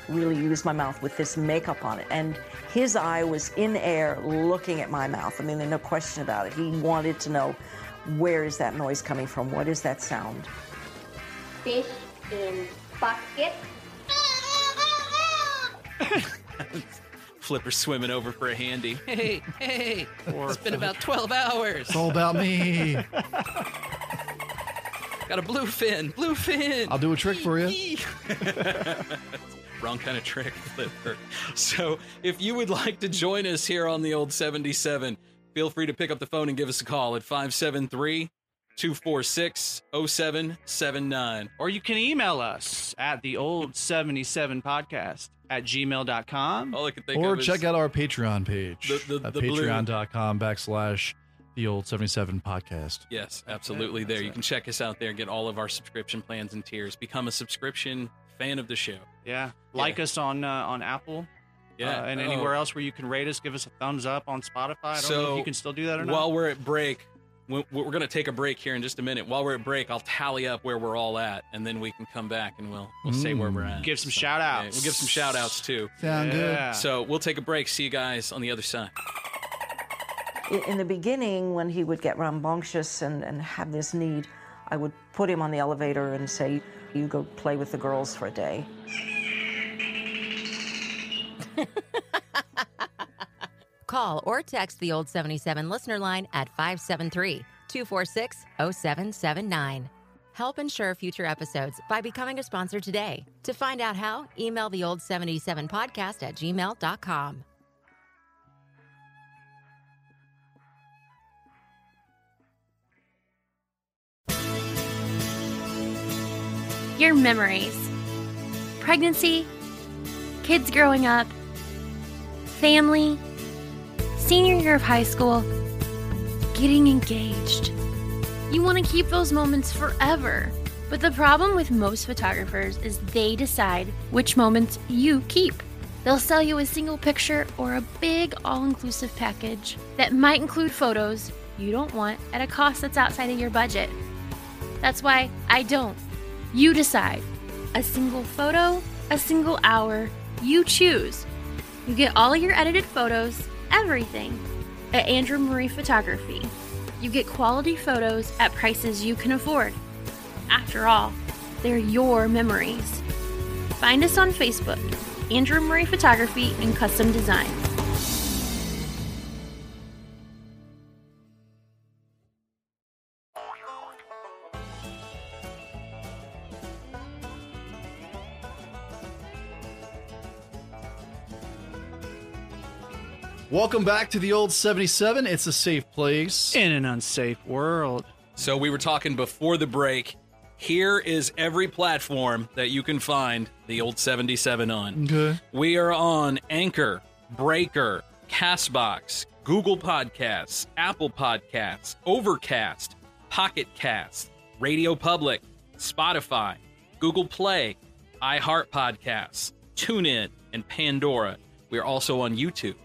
H: really use my mouth with this makeup on it. And his eye was in air looking at my mouth. I mean, there's no question about it. He wanted to know where is that noise coming from? What is that sound?
I: Fish in bucket.
C: Flipper swimming over for a handy. Hey, hey. it's been about 12 hours.
D: It's all about me.
C: Got a blue fin. Blue fin.
D: I'll do a trick for you.
C: Wrong kind of trick, Flipper. So, if you would like to join us here on the old 77, feel free to pick up the phone and give us a call at 573 246 0779.
E: Or you can email us at the old 77 podcast at gmail.com.
C: All I can think
D: Or
C: of is
D: check out our Patreon page
C: The- the-
D: at
C: the blue-
D: patreon.com backslash the old 77 podcast.
C: Yes, absolutely.
E: That's
C: there, you
E: it.
C: can check us out there. Get all of our subscription plans and tiers. Become a subscription fan of the show.
E: Yeah. Like us on uh, on Apple
C: Yeah,
E: uh, and
C: Oh.
E: anywhere else where you can rate us. Give us a thumbs up on Spotify. I don't know
C: So,
E: if you can still do that or not.
C: While we're at break, we- we're going to take a break here in just a minute. While we're at break, I'll tally up where we're all at, and then we can come back and we'll we'll say where we're at.
E: Mm. Give some
C: So,
E: shout outs.
C: yeah, we'll give some shout outs too.
D: Sound
E: Yeah.
C: So we'll take a break. See you guys on the other side.
H: I- In the beginning, when he would get rambunctious and, and have this need, I would put him on the elevator and say, You go play with the girls for a day.
A: Call or text the Old 77 listener line at 573 246 0779. Help ensure future episodes by becoming a sponsor today. To find out how, email the Old 77 podcast at gmail.com.
J: your memories pregnancy, kids growing up, family, senior year of high school, getting engaged. You want to keep those moments forever. But the problem with most photographers is they decide which moments you keep. They'll sell you a single picture or a big all inclusive package that might include photos you don't want at a cost that's outside of your budget. That's why I don't. You decide. A single photo, a single hour, you choose. You get all your edited photos, everything, at Andrew Marie Photography. You get quality photos at prices you can afford. After all, they're your memories. Find us on Facebook, Andrew Marie Photography and Custom Design.
D: Welcome back to the old 77. It's a safe place.
E: In an unsafe world.
C: So we were talking before the break. Here is every platform that you can find the old 77 on.
D: Okay.
C: We are on Anchor, Breaker, Castbox, Google Podcasts, Apple Podcasts, Overcast, Pocket Cast, Radio Public, Spotify, Google Play, iHeart Podcasts, TuneIn, and Pandora. We are also on YouTube.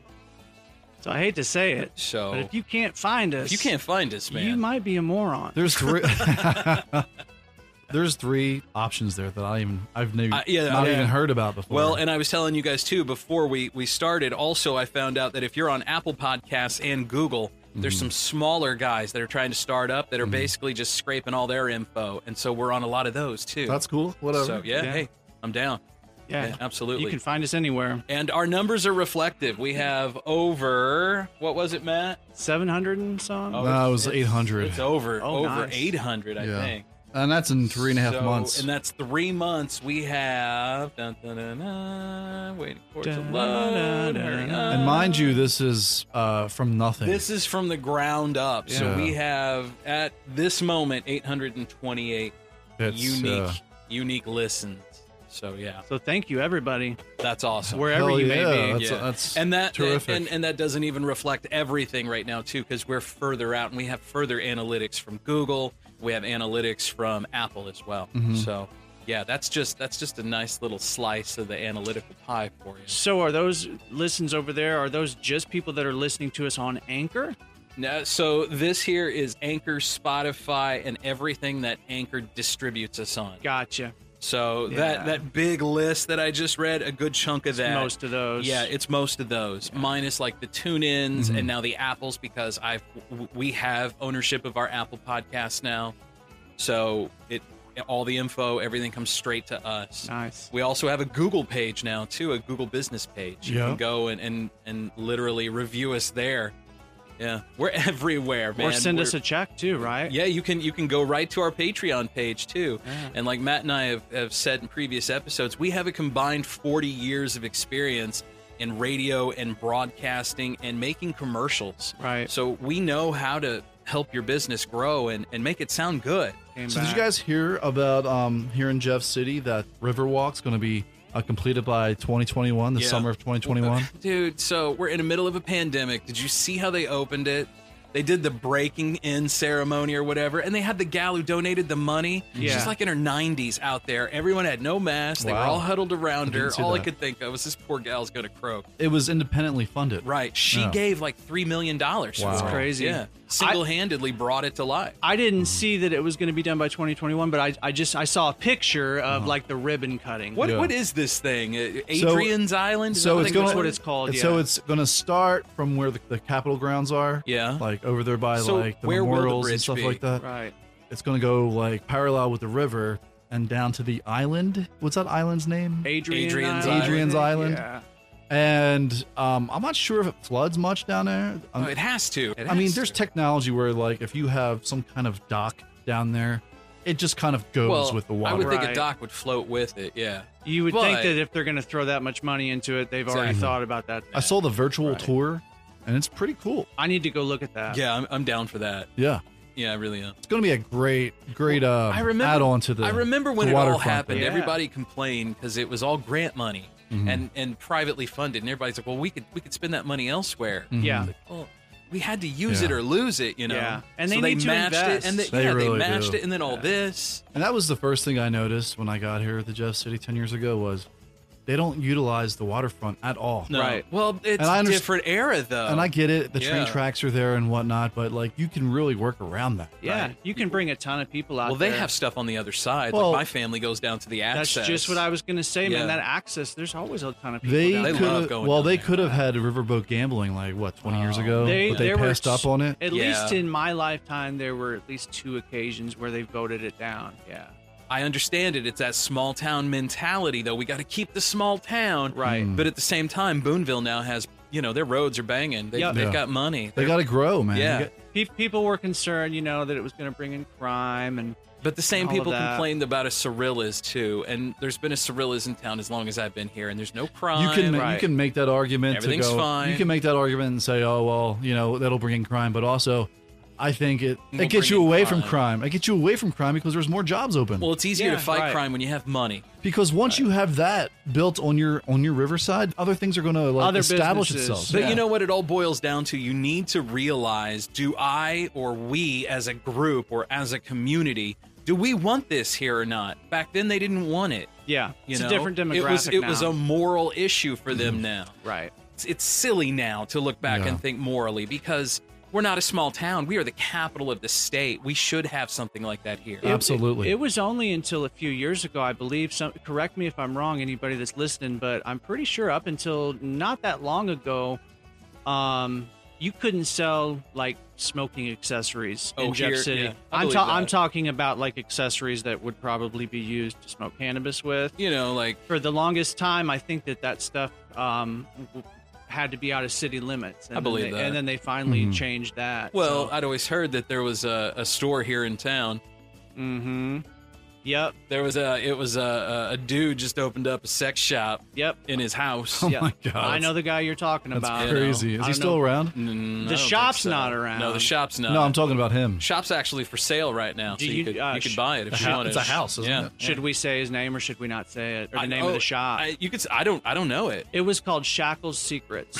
E: So I hate to say it,
C: So-
E: but if you can't find us,
C: If you can't find us, man.
E: you might be a moron.
D: There's three. there's three options there that I even I've never
C: Uh, yeah,
D: not
C: yeah.
D: even heard about before.
C: Well, and I was telling you guys too before we we started. Also, I found out that if you're on Apple Podcasts and Google, there's
D: Mm-hmm.
C: some smaller guys that are trying to start up that are basically just scraping all their info, and so we're on a lot of those too.
D: that's cool. Whatever.
C: So yeah,
E: Yeah.
C: hey, I'm down.
E: Yeah.
C: absolutely.
E: You can find us anywhere.
C: and our numbers are reflective. We have over what was it, Matt?
E: Seven hundred and some.
C: Oh.
D: No, Uh, it was
C: it's-
D: 800.
C: It's over
E: Oh,
C: over
E: nice.
C: 800, I
D: Yeah.
C: think.
D: and that's in three and a half
C: So-
D: months.
C: And that's three months. We have dun, dun, dun, dun, waiting for it to
E: Dun,
C: load.
E: dun, dun,
C: Hurry
E: dun.
C: up.
D: and mind you, this is uh, from nothing.
C: This is from the ground up. So
D: Yeah.
C: we have at this moment 828
D: It's,
C: unique
D: uh,
C: unique listens. So yeah,
E: So thank you, everybody,
C: that's awesome.
E: wherever
D: hell
E: you
D: yeah,
E: may be.
D: That's,
C: yeah.
D: that's
C: and that
D: terrific.
C: And, and that doesn't even reflect everything right now too because we're further out and we have further analytics from Google. We have analytics from Apple as well.
D: Mm-hmm.
C: So yeah, that's just that's just a nice little slice of the analytical pie for you.
E: So are those listens over there? Are those just people that are listening to us on Anchor?
C: No, so this here is Anchor, Spotify, and everything that Anchor distributes us on.
E: Gotcha.
C: So
E: Yeah.
C: that that big list that I just read, a good chunk of that,
E: Most of those. Mm-hmm.
C: yeah, it's most of those, minus like the tune ins and now the apples because I've w- we have ownership of our Apple podcast now, so it all the info, everything comes straight to us.
E: nice.
C: We also have a Google page now too, a Google business page. You
D: Yeah.
C: can go and, and and literally review us there. Yeah, we're everywhere, man.
E: or send us
C: We're-
E: a check too, right?
C: yeah, you can you can go right to our Patreon page too.
E: Yeah.
C: And like Matt and I have, have said in previous episodes, we have a combined 40 years of experience in radio and broadcasting and making commercials.
E: Right.
C: So we know how to help your business grow and, and make it sound good.
E: Came
D: So did you
E: back.
D: guys hear about um, here in Jeff City that Riverwalk's going to be uh, completed by 2021, the
C: Yeah.
D: summer of 2021?
C: Dude, so we're in the middle of a pandemic. Did you see how they opened it? They did the breaking in ceremony or whatever, and they had the gal who donated the money.
E: Yeah.
C: She's like in her 90s out there. Everyone had no mask. They were
D: Wow.
C: all huddled around
D: I didn't
C: her.
D: see
C: All I
D: that.
C: could think of was this poor gal's going to croak.
D: It was independently funded.
C: Right. She
D: Yeah.
C: gave like $3 million.
D: Wow.
E: That's crazy.
C: Yeah. Single handedly brought it to life.
E: I didn't see that it was going to be done by 2021, but I, I just I saw a picture of like the ribbon cutting.
C: Uh-huh. What,
D: Yeah.
C: what is this thing? Uh,
D: So-
C: Adrian's Island? Is that
D: So
C: what
D: it's
C: they
D: going
E: that's
C: call
E: what
C: it?
E: it's called,
D: and So
E: yeah.
D: it's going to start from where the, the Capitol grounds are.
C: Yeah.
D: Like over there by
C: So
D: like the
C: where will the
D: memorials and
C: bridge
D: stuff
C: be?
D: like that.
E: Right.
D: It's going to go like parallel with the river and down to the island. What's that island's name?
E: Adrian
C: Adrian's
E: Island.
D: Adrian's Island.
E: Yeah.
D: And um, I'm not sure if it floods much down there.
C: Oh,
D: Um,
C: it has to. It
D: I mean,
C: has
D: there's
C: to.
D: technology where like if you have some kind of dock down there, it just kind of goes
C: well,
D: with the
C: I would
D: water.
C: think a
E: Right.
C: dock would float with it. Yeah.
E: You would think
C: But-
E: that if they're going to throw that much money into it, they've already
C: Exactly.
E: thought about that.
D: I saw the virtual
C: Right.
D: tour, and it's pretty cool.
E: I need to go look at that.
C: Yeah, I'm, I'm down for that.
D: Yeah,
C: Yeah, I really am.
D: it's gonna be a great, great uh,
C: I remember-
D: add-on to the.
C: I remember when
D: the
C: it all
D: waterfront
C: happened.
D: thing.
E: Yeah.
C: Everybody complained because it was all grant money and and privately funded, and everybody's like, "Well, we could we could spend that money elsewhere."
E: Yeah.
C: Well, we had to use
D: Yeah.
C: it or lose it, you know.
E: Yeah. And they
C: so they
E: need to
C: matched
E: invest.
C: it, and
D: They
C: yeah,
D: really
C: they matched
D: do.
C: it, and then all this.
D: And that was the first thing I noticed when I got here at the Jeff City ten years ago was they don't utilize the waterfront at all.
C: No.
E: Right.
C: Well, it's
D: I
C: a
D: underst-
C: different era though.
D: And I get it, the train
C: Yeah.
D: tracks are there and whatnot, but like you can really work around that.
E: Yeah, you can bring a ton of people out.
C: well, they
E: there.
C: have stuff on the other side.
D: Well-
C: like my family goes down to the
E: That's
C: access.
E: just what I was going to say,
C: Yeah.
E: man. That access, there's always a ton of people.
D: They
E: down
C: They
D: could
E: there.
C: love
D: have,
C: going
D: well,
C: down
D: they
C: there.
D: could have had riverboat gambling like what twenty years
C: Oh.
D: ago,
E: They,
D: but they
E: there were
D: passed up
E: s-
D: on it.
E: At
C: Yeah.
E: least in my lifetime, there were at least two occasions where they voted it down. Yeah,
C: I understand it. It's that small town mentality, though. We got to keep the small town.
E: Right. Mm.
C: But at the same time, Boonville now has, you know, their roads are banging. They,
E: Yep.
C: They've
D: Yeah.
C: got money.
D: They got to grow, man.
C: Yeah.
D: They got-
E: Pe- people were concerned, you know, that it was going to bring in crime and
C: But the same
E: All of
C: people
E: that.
C: complained about a Cirillas, too. And there's been a Cirillas in town as long as I've been here, and there's no crime.
D: you can you
E: Right.
D: can make that argument to
C: Everything's
D: go.
C: fine.
D: You can make that argument and say, oh well, you know that'll bring in crime, but also, I think it
C: It'll
D: it gets
C: bring
D: you
C: in
D: away
C: crime.
D: from crime. It gets you away from crime because there's more jobs open.
C: Well, it's easier
E: Yeah,
C: to fight
E: right.
C: crime when you have money.
D: because once you have that built on your on your riverside, other things are going to like
E: Other
D: establish
E: businesses.
D: itself.
C: But
E: Yeah.
C: you know what? It all boils down to you need to realize do I or we as a group or as a community, do we want this here or not? Back then, they didn't want it.
E: yeah,
C: You
E: it's
C: know?
E: a different demographic.
C: It was, it
E: now. Mm-hmm.
C: was a moral issue for them now.
E: right.
C: it's it's silly now to look back and think morally because we're not a small town. We are the capital of the state. We should have something like that here.
E: It- It, it was only until a few years ago, I believe. Some, correct me if I'm wrong, anybody that's listening, but I'm pretty sure up until not that long ago, um, you couldn't sell like smoking accessories
C: Oh,
E: in Jeff
C: here,
E: City.
C: yeah, I
E: I'm,
C: believe
E: I'm
C: that.
E: talking about like accessories that would probably be used to smoke cannabis with.
C: you know, like
E: For the longest time, I think that that stuff um, w- had to be out of city limits.
C: I
E: then
C: believe
E: they-
C: that.
E: And then they finally
D: Mhm.
E: changed that.
C: well,
E: so-
C: I'd always heard that there was a, a store here in town.
E: Mhm. Yep.
C: There was a it was a, a, a dude just opened up a sex shop
E: Yep.
C: in his house.
D: Oh
E: Yeah.
D: my god,
E: I know the guy you're talking
D: that's
E: about.
D: crazy.
E: I
D: Is
E: don't
D: he still
E: know-
D: around?
C: Mm, I
E: The
C: don't think
E: shop's
C: so.
E: not around.
C: No, the shop's not.
D: No, I'm talking about him.
C: Shop's actually for sale right now,
E: Do
C: so you,
E: you-
C: could,
E: uh,
C: you could
E: sh-
C: buy it if
D: The
C: you
D: hou-
C: wanted.
D: it's a house, isn't
C: yeah.
D: it?
E: Should we say his name or should we not say it? Or the
C: I-
E: name of
C: oh,
E: the shop?
C: I, you could. s- I don't. I don't know it.
E: it was called Shackle's Secrets.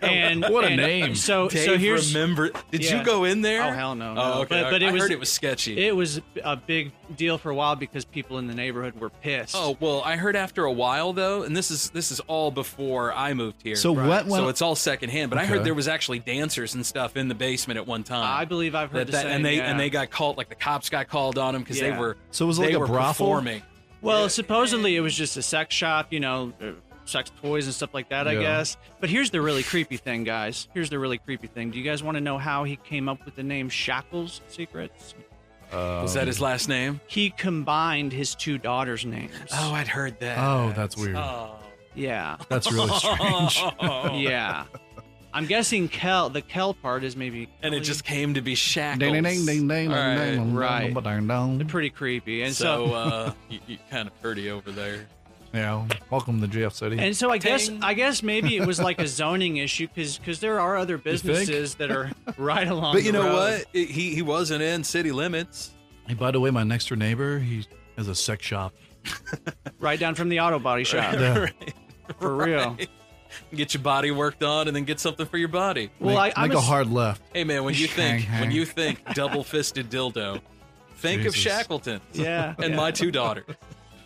E: and
D: What a
E: and uh,
D: name.
E: So so here's
C: remember. Did you
E: yeah.
C: go in there?
E: Oh, hell no,
C: Oh
E: no.
C: okay.
E: But-
C: I-
E: but it
C: I
E: was-
C: heard it was sketchy.
E: it was a big deal for a while because people in the neighborhood were pissed.
C: oh well, I heard after a while though, and this is this is all before I moved here.
D: So what? When,
C: so it's all secondhand. But I heard
D: Okay.
C: there was actually dancers and stuff in the basement at one time.
E: I believe I've
C: that,
E: heard the
C: that-
E: same,
C: and they
E: yeah.
C: and they got called like the cops got called on them because they
E: Yeah.
C: were
D: So it was like
C: they
D: a
C: were
D: brothel?
C: performing.
E: Well, supposedly it was just a sex shop, you know, uh, sex toys and stuff like that, I
D: Yeah.
E: guess. But here's the really creepy thing, guys. Here's the really creepy thing. Do you guys want to know how he came up with the name Shackles Secrets? Oh,
C: Was
D: Oh.
C: that his last name?
E: He combined his two daughters' names.
C: Oh, I'd heard that.
D: Oh, that's weird.
C: Oh.
E: yeah.
D: That's really strange.
E: Yeah. I'm guessing Kel, the Kel part is maybe.
C: And it
E: Kelly.
C: just came to be shackles.
D: Ding, ding, ding, ding, ding,
C: All right.
D: ding,
E: right.
D: ding, ding, ding, ding.
E: pretty creepy. And so,
C: so, uh, you, you kind of pretty over there.
D: Yeah. Welcome to Jeff City.
E: and so I guess
C: Ting.
E: I guess maybe it was like a zoning issue because there are other
D: think?
E: businesses that are right along.
C: But you
E: the
C: know
E: road.
C: what? It- he he wasn't in city limits.
D: hey, by the way, my next door neighbor, he has a sex shop.
E: Right down from the auto body shop.
D: Yeah.
E: For real.
C: Get your body worked on, and then get something for your body.
E: Well,
D: make,
E: I, I'm
D: make a
E: ass-
D: hard left.
C: Hey man, when you think
D: Hang, hang.
C: when you think double fisted dildo, think of
D: Jesus.
C: Shackleton
E: Yeah.
C: and
E: yeah.
C: my two daughters. Ooh.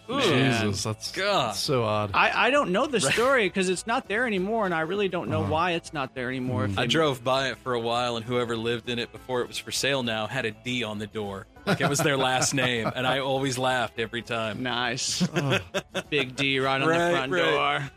E: Oh, Man.
D: Jesus, that's
C: God.
D: so odd.
E: I, I don't know the story because it's not there anymore, and I really don't
D: Uh-huh.
E: know why it's not there
D: Mm.
E: anymore. If
C: I
E: they-
C: drove by it for a while, and whoever lived in it before it was for sale now had a D on the door. Like it was their last name, and I always laughed every time.
E: Nice. Big D right on
C: Right,
E: the front
C: right.
E: door.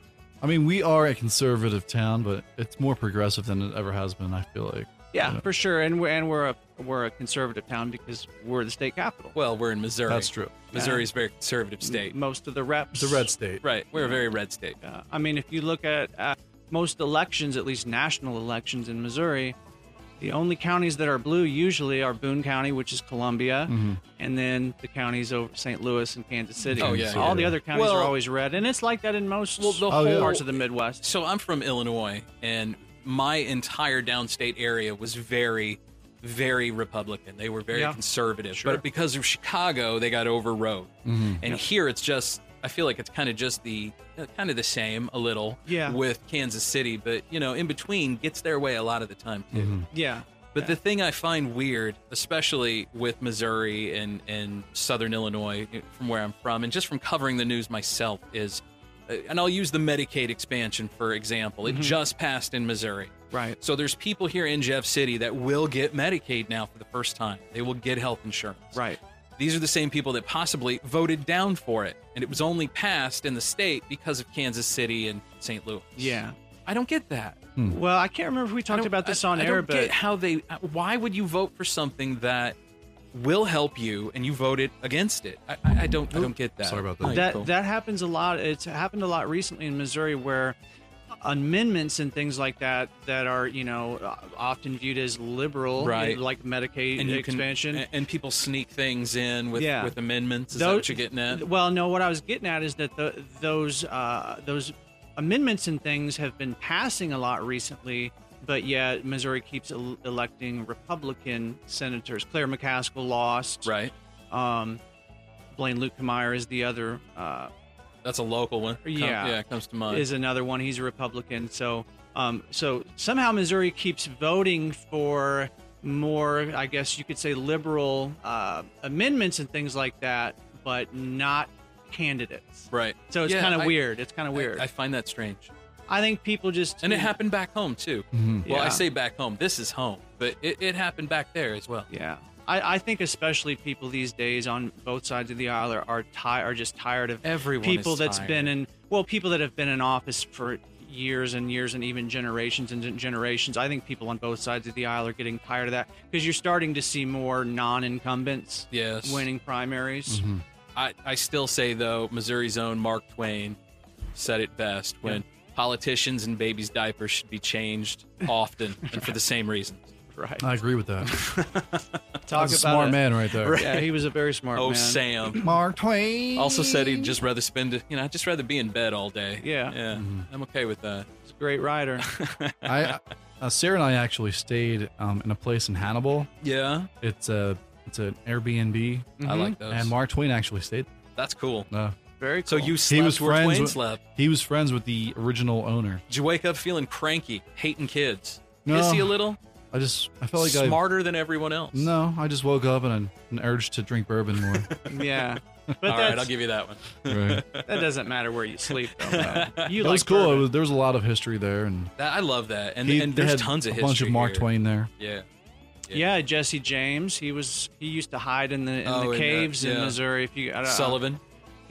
D: I mean, we are a conservative town, but it's more progressive than it ever has been. I feel like.
E: Yeah,
D: Yeah.
E: for sure. And we're and we're a we're a conservative town because we're the state capital.
C: Well, we're in Missouri.
D: That's true.
C: Missouri's a very conservative state.
E: Most of the reps.
D: The red state.
C: Right. We're a very red state.
E: Uh, I mean, if you look at uh, most elections, at least national elections in Missouri, the only counties that are blue usually are Boone County, which is Columbia,
D: Mm-hmm.
E: and then the counties over St. Louis and Kansas City.
C: Oh, yeah.
E: all the other counties are
C: Well-
E: always red, and it's like that in most
C: the
D: Oh, yeah.
E: parts of the Midwest.
C: So I'm from Illinois, and my entire downstate area was very, very Republican. They were very
E: Yeah.
C: conservative.
E: Sure. Mm-hmm.
C: But because of Chicago, they got overrode. And here, it's just I feel like it's kind of just the kind of the same a little
E: Yeah.
C: with Kansas City, but you know, in between gets their way a lot of the time too.
E: Yeah,
C: But
E: Yeah.
C: the thing I find weird, especially with Missouri and, and Southern Illinois, eh, from where I'm from, and just from covering the news myself, is, uh, and I'll use the Medicaid expansion for example. It
E: Mm-hmm.
C: just passed in Missouri.
E: right.
C: So there's people here in Jeff City that will get Medicaid now for the first time. They will get health insurance.
E: Right.
C: These are the same people that possibly voted down for it. And it was only passed in the state because of Kansas City and St. Louis.
E: Yeah.
C: I don't get that.
D: Hmm.
E: Well, I can't remember if we
C: I
E: talked
C: don't-
E: about this
C: I-
E: on
C: I
E: air,
C: don't
E: but
C: get how they? uh, Why would you vote for something that will help you and you voted against it? I, I, I don't. I don't get that.
D: Sorry about that.
C: Michael.
E: that that happens a lot. It's happened a lot recently in Missouri where amendments and things like that that are you know uh, often viewed as liberal,
C: Right.
E: Like Medicaid
C: and you can-
E: expansion.
C: and, and people sneak things in with
E: Yeah.
C: with amendments. Is that
E: Those-
C: what you're getting at?
E: Well, no. What I was getting at is that the, those uh, those amendments and things have been passing a lot recently, but yet Missouri keeps el- electing Republican senators. Claire McCaskill lost.
C: Right.
E: Um, Blaine Luke is the other. Uh,
C: That's a local one. Come-
E: Yeah.
C: Yeah. it Comes to mind.
E: is another one. He's a Republican. So, um, so somehow Missouri keeps voting for more, I guess you could say, liberal uh, amendments and things like that, but not candidates.
C: right.
E: So it's
C: Yeah,
E: kind of
C: I-
E: weird. It's kind of
C: I-
E: weird.
C: I, find that strange.
E: I think people just
C: and it happened back home too.
D: Mhm.
C: Well, I
E: Yeah.
C: say back home. This is home, but it, it happened back there as well.
E: Yeah. I, I think especially people these days on both sides of the aisle are are, ti- are just tired of
C: Everyone
E: people
C: is
E: that's
C: tired.
E: been in well people that have been in office for years and years and even generations and gen- generations. I think people on both sides of the aisle are getting tired of that because you're starting to see more non-incumbents
C: Yes.
E: winning primaries.
D: Mm-hmm.
C: I, I still say though, Missouri's own Mark Twain said it best when politicians and babies' diapers should be changed often and for the same reasons.
E: Right.
D: I agree with that.
E: Talk
D: That's a
E: about
D: smart
E: it.
D: man right there.
E: Right. Yeah, he was a very smart
C: Oh,
E: man.
C: Sam.
D: Mark Twain.
C: Also said he'd just rather spend, you know, I'd just rather be in bed all day.
E: Yeah.
C: Yeah.
D: Mm-hmm.
C: I'm okay with that.
E: He's a great writer.
D: I, uh, Sarah and I actually stayed um, in a place in Hannibal.
C: Yeah.
D: It's a it's an Airbnb,
C: I like those.
D: and Mark Twain actually stayed.
C: That's cool.
D: No,
E: Very
C: So
E: cool.
C: you slept where Twain
D: with
C: slept.
D: he was friends with the original owner.
C: Did you wake up feeling cranky, hating kids?
D: No.
C: Pissy a little?
D: I just I felt like
C: Smarter than everyone else.
D: I no, I just woke up and an, an urge to drink bourbon more.
E: yeah. But
C: All right,
E: that's-
C: I'll give you that one.
D: right.
E: that doesn't matter where you sleep though. man. You
D: It
E: like
D: was cool. It
E: bourbon.
D: was, there was a lot of history there, and,
C: That, I love that. And,
D: he-
C: and
D: they
C: there's
D: had
C: tons of
D: a
C: history.
D: bunch of Mark
C: here.
D: Twain there.
C: Yeah.
E: Yeah, Jesse James. He was he used to hide in the in
C: Oh, in
E: the
C: the-
E: caves in,
C: yeah.
E: Missouri. If you I
D: Uh,
E: don't-
C: Sullivan. Mm-hmm.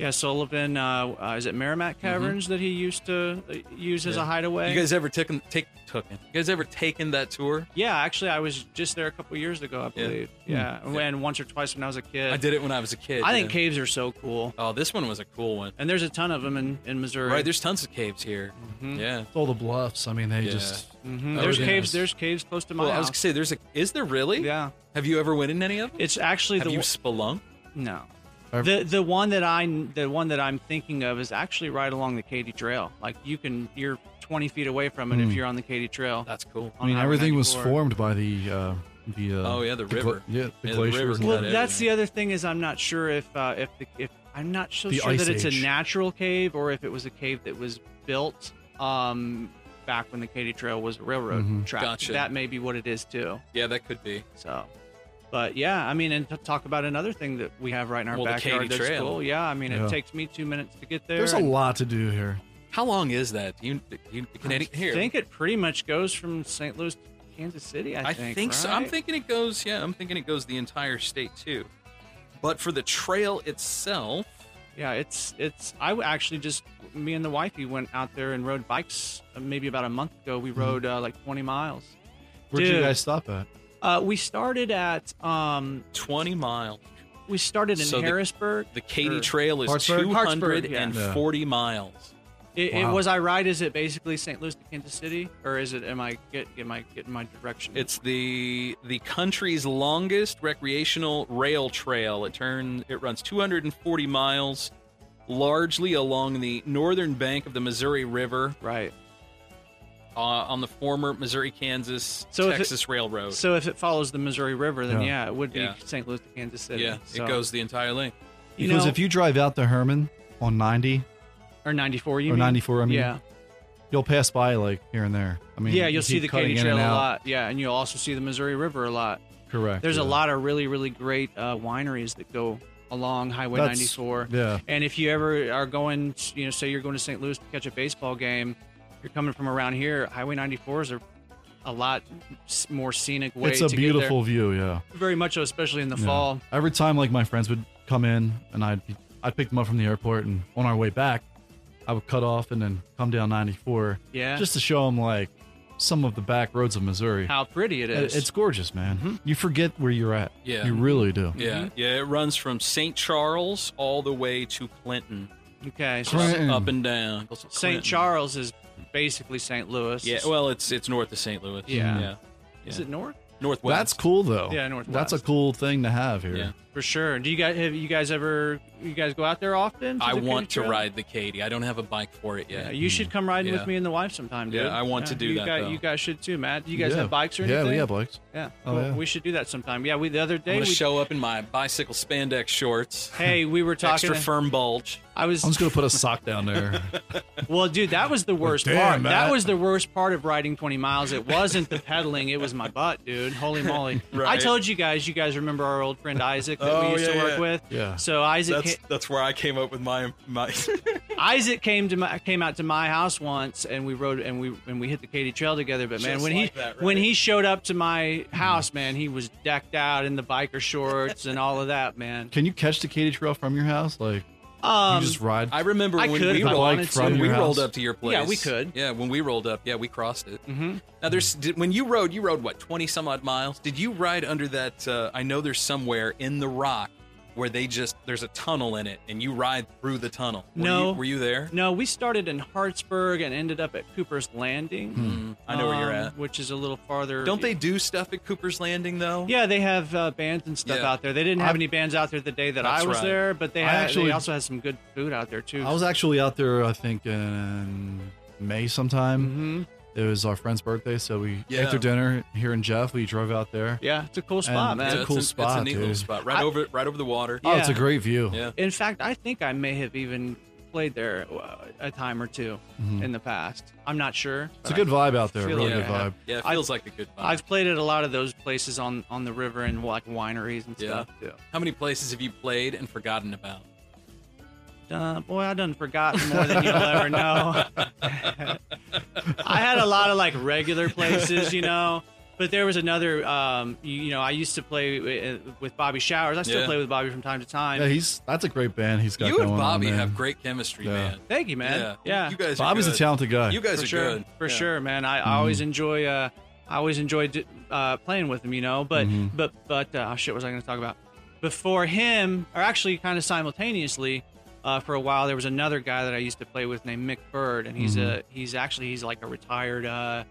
E: yeah, Sullivan. Uh, uh, is it Merrimack Caverns that he used to uh, use as a
C: Yeah.
E: hideaway?
C: You guys ever taken take took You guys ever taken that tour?
E: yeah, actually, I was just there a couple years ago, I
C: Yeah.
E: believe. Yeah, and once or twice when I was a kid.
C: I did it when I was a kid.
E: I think
C: yeah.
E: caves are so cool,
C: Oh, this one was a cool one.
E: and there's a ton of them in, in Missouri.
C: Right, there's tons of caves here.
E: Mm-hmm.
C: Yeah.
D: All the bluffs. I mean, they
C: Yeah.
D: just
E: Mhm.
C: Oh,
E: there's
C: yeah.
E: caves. There's caves close to my
C: Well, I was
E: house.
C: gonna say there's a. Is there really?
E: yeah,
C: Have you ever went in any of them?
E: it's actually
C: Have
E: the
C: you
E: one-
C: spelunk?
E: no.
D: Or-
E: The the one that I the one that I'm thinking of is actually right along the Katy Trail. Like you can you're 20 feet away from
D: Hmm.
E: it if you're on the Katy Trail.
C: That's cool.
D: I mean,
E: Highway
D: everything was
E: 94.
D: formed by the uh, the. Uh,
C: Oh, yeah, the
D: gla-
C: river.
D: yeah, the
C: Yeah, the
D: glaciers.
C: river
D: and
E: Well,
C: that
E: that's
C: area.
E: the other thing is I'm not sure if uh, if the, if I'm not so
D: The
E: sure that
D: Ice
E: it's
D: Age.
E: a natural cave or if it was a cave that was built um, back when the Katy Trail was a railroad
D: Mm-hmm.
E: track.
C: Gotcha.
E: That may be what it is too.
C: Yeah, that could be.
E: So, but yeah, I mean, and to talk about another thing that we have right in our
C: Well, the Katy
E: backyard that's
C: Trail.
E: cool. Yeah, I mean,
D: Yeah.
E: it takes me two minutes to get there.
D: There's a
E: and-
D: lot to do here.
C: How long is that? Do you, do you can any, here?
E: I think it pretty much goes from St. Louis to Kansas City. I,
C: I
E: think,
C: think, so. I'm
E: right?
C: thinking it goes. Yeah, I'm thinking it goes the entire state too. But for the trail itself,
E: Yeah, it's it's. I w- actually just me and the wifey went out there and rode bikes. uh, Maybe about a month ago,
C: Mm-hmm.
E: we rode uh, like 20 miles.
D: Where would you
E: Dude.
D: guys stop at?
E: Uh, we started at um,
C: 20 mile.
E: we started in
C: So the-
E: Harrisburg. Er,
C: The Katy
E: or-
C: Trail is
D: Hartsburg?
E: Hartsburg,
C: 240
E: yeah.
C: miles.
E: It, it-
D: Wow.
E: was I right? Is it basically St. Louis to Kansas City, or is it? Am I get am I getting my direction?
C: It's the the country's longest recreational rail trail. It turn it runs 240 miles, largely along the northern bank of the Missouri River
E: right.
C: uh, on the former Missouri Kansas
E: So if it-
C: Texas Railroad.
E: So if it follows the Missouri River, then
D: Yeah.
E: yeah, it would be
C: Oh. Yeah.
E: St. Louis to Kansas City.
C: yeah,
E: So-
C: it goes the entire length.
E: You
D: Because
E: know-
D: if you drive out to Herman on 90
E: or 94. You
D: or
E: mean?
D: 94, I mean,
E: Yeah.
D: you'll pass by like here and there. I mean,
E: yeah,
D: you
E: you'll see
D: keep
E: the
D: cutting
E: Katy
D: in
E: Trail
D: and
E: a
D: out.
E: lot. Yeah, and you'll also see the Missouri River a lot.
D: Correct.
E: There's a
D: yeah.
E: lot of really, really great uh, wineries that go along Highway
D: That's-
E: 94.
D: Yeah,
E: And if you ever are going, to, you know, say you're going to St. Louis to catch a baseball game, you're coming from around here. Highway 94s are a lot s- more scenic way.
D: it's
E: to
D: a
E: get
D: beautiful view. Yeah.
E: there. very much so, especially in the
D: Yeah.
E: fall.
D: Every time, like my friends would come in, and I'd be, I'd pick them up from the airport, and on our way back, I would cut off and then come down 94,
E: Yeah,
D: just to show them like some of the back roads of Missouri.
E: how pretty it
D: It-
E: is. Mm-hmm.
D: it's gorgeous, man. You forget where you're at.
C: Yeah.
D: you really do.
C: Yeah, yeah, it runs from St. Charles all the way to Clinton,
E: okay. So
D: Clinton.
C: up and down. Goes to Clinton.
E: St. Charles is basically St. Louis.
C: Yeah, well, it's it's north of St. Louis.
E: Yeah.
C: yeah,
E: is it north?
C: northwest.
D: That's cool though.
E: Yeah,
D: That's a
E: Northwest.
D: cool thing to have here.
C: Yeah.
E: For sure. Do you guys have you guys ever you guys go out there often?
C: I
E: the Katy
C: want to
E: Trail?
C: ride the Katy. I don't have a bike for it
E: Yeah,
C: yet.
E: you should come riding
C: Yeah.
E: with me and the wife sometime, dude.
C: Yeah, I want to do
E: you
C: that,
E: guy-
C: though.
E: you guys should too, Matt. Do you guys
D: Yeah.
E: have bikes or
D: yeah,
E: anything?
D: we have bikes.
E: Yeah,
D: Oh,
E: cool.
D: yeah.
E: we should do that sometime. Yeah, we the other
C: I'm
E: day.
C: gonna
E: We,
C: show up in my bicycle spandex shorts,
E: hey, we were talking.
C: extra firm bulge.
E: I was
D: I'm just gonna put a sock down there.
E: well, dude. That was the worst
D: Damn,
E: part.
D: Matt.
E: That was the worst part of riding 20 miles. It wasn't the pedaling. It was my butt, dude. Holy moly! I
C: Right. Oh,
E: told you guys. You guys remember our old friend Isaac? that we used to work with. So Isaac
K: That's,
E: ca-
K: that's where I came up with my my.
E: Isaac came to my came out to my house once, and we rode and we and we hit the Katy Trail together. But man,
K: Just
E: when
K: like
E: he
K: that, right?
E: when he showed up to my house, man, he was decked out in the biker shorts and all of that, man.
D: Can you catch the Katy Trail from your house? Like,
E: Um,
D: you just ride.
C: I remember
E: I
C: when
E: could
C: we,
E: if I
C: rolled,
E: wanted to.
C: when we
D: Your
C: rolled
D: house.
C: up to your place.
E: Yeah, we could.
C: Yeah, when we rolled up, yeah, we crossed it. Mm-hmm. Now there's did, when you rode, you rode what twenty some odd miles. Did you ride under that? Uh, I know there's somewhere in the rock where they just there's a tunnel in it, and you ride through the tunnel. Were
E: No.
C: you, were you there?
E: No, we started in Hartsburg and ended up at Cooper's Landing.
C: Hmm. I know where you're
E: um,
C: at.
E: which is a little farther. e-,
C: Don't they do stuff at Cooper's Landing though?
E: Yeah, they have uh, bands and stuff
C: Yeah.
E: out there. They didn't have
C: I've-
E: any bands out there the day that I
C: That's
E: was
C: right.
E: there, but they,
D: I
E: had,
D: actually-
E: they also had some good food out there too.
D: I was actually out there, I think, in May sometime. Mm-hmm. It was our friend's birthday, so we
E: Yeah.
D: ate their dinner here in Jeff. We drove out there.
E: yeah, it's a cool
D: And
E: spot, man.
D: It's a cool
C: it's
D: spot,
C: It's a neat little
D: dude.
C: spot, right
E: I-
C: over right over the water.
D: Oh, it's a great view.
C: Yeah.
E: In fact, I think I may have even played there uh, a time or 2 in the past. I'm not
D: Mm-hmm.
E: sure.
D: Hmm. It's a
E: but
D: good
E: I
D: vibe out there.
E: feel
D: Really
E: like
D: good
E: I have.
D: vibe.
C: Yeah, it
E: I-
C: feels like a good vibe.
E: I've played at a lot of those places on on the river and like wineries and
C: yeah.
E: stuff too.
C: How many places have you played and forgotten about?
E: Uh, boy, I done forgotten more than you'll ever know. I had a lot of like regular places, you know. But there was another, um, you, you know, I used to play wi- with Bobby Showers. I still
C: Yeah.
E: play with Bobby from time to time.
D: Yeah, he's that's a great band he's got
C: you
D: going
C: and Bobby
D: on, man.
C: have great chemistry,
D: Yeah.
C: man.
E: Thank you, man.
C: Yeah.
E: Yeah.
C: You guys are
D: Bobby's a
C: good.
D: talented guy.
C: You guys
E: for
C: are
E: sure,
C: good.
E: for
C: Yeah. Mm-hmm.
E: sure, man. I, I always enjoy. Uh, I always enjoy d- uh, playing with him, you know. But
C: Mm-hmm.
E: but but uh, oh shit, what was I going to talk about? Before him, or actually kind of simultaneously, uh, for a while there was another guy that I used to play with named Mick Bird, and he's
C: Mm-hmm.
E: a he's actually he's like a retired uh,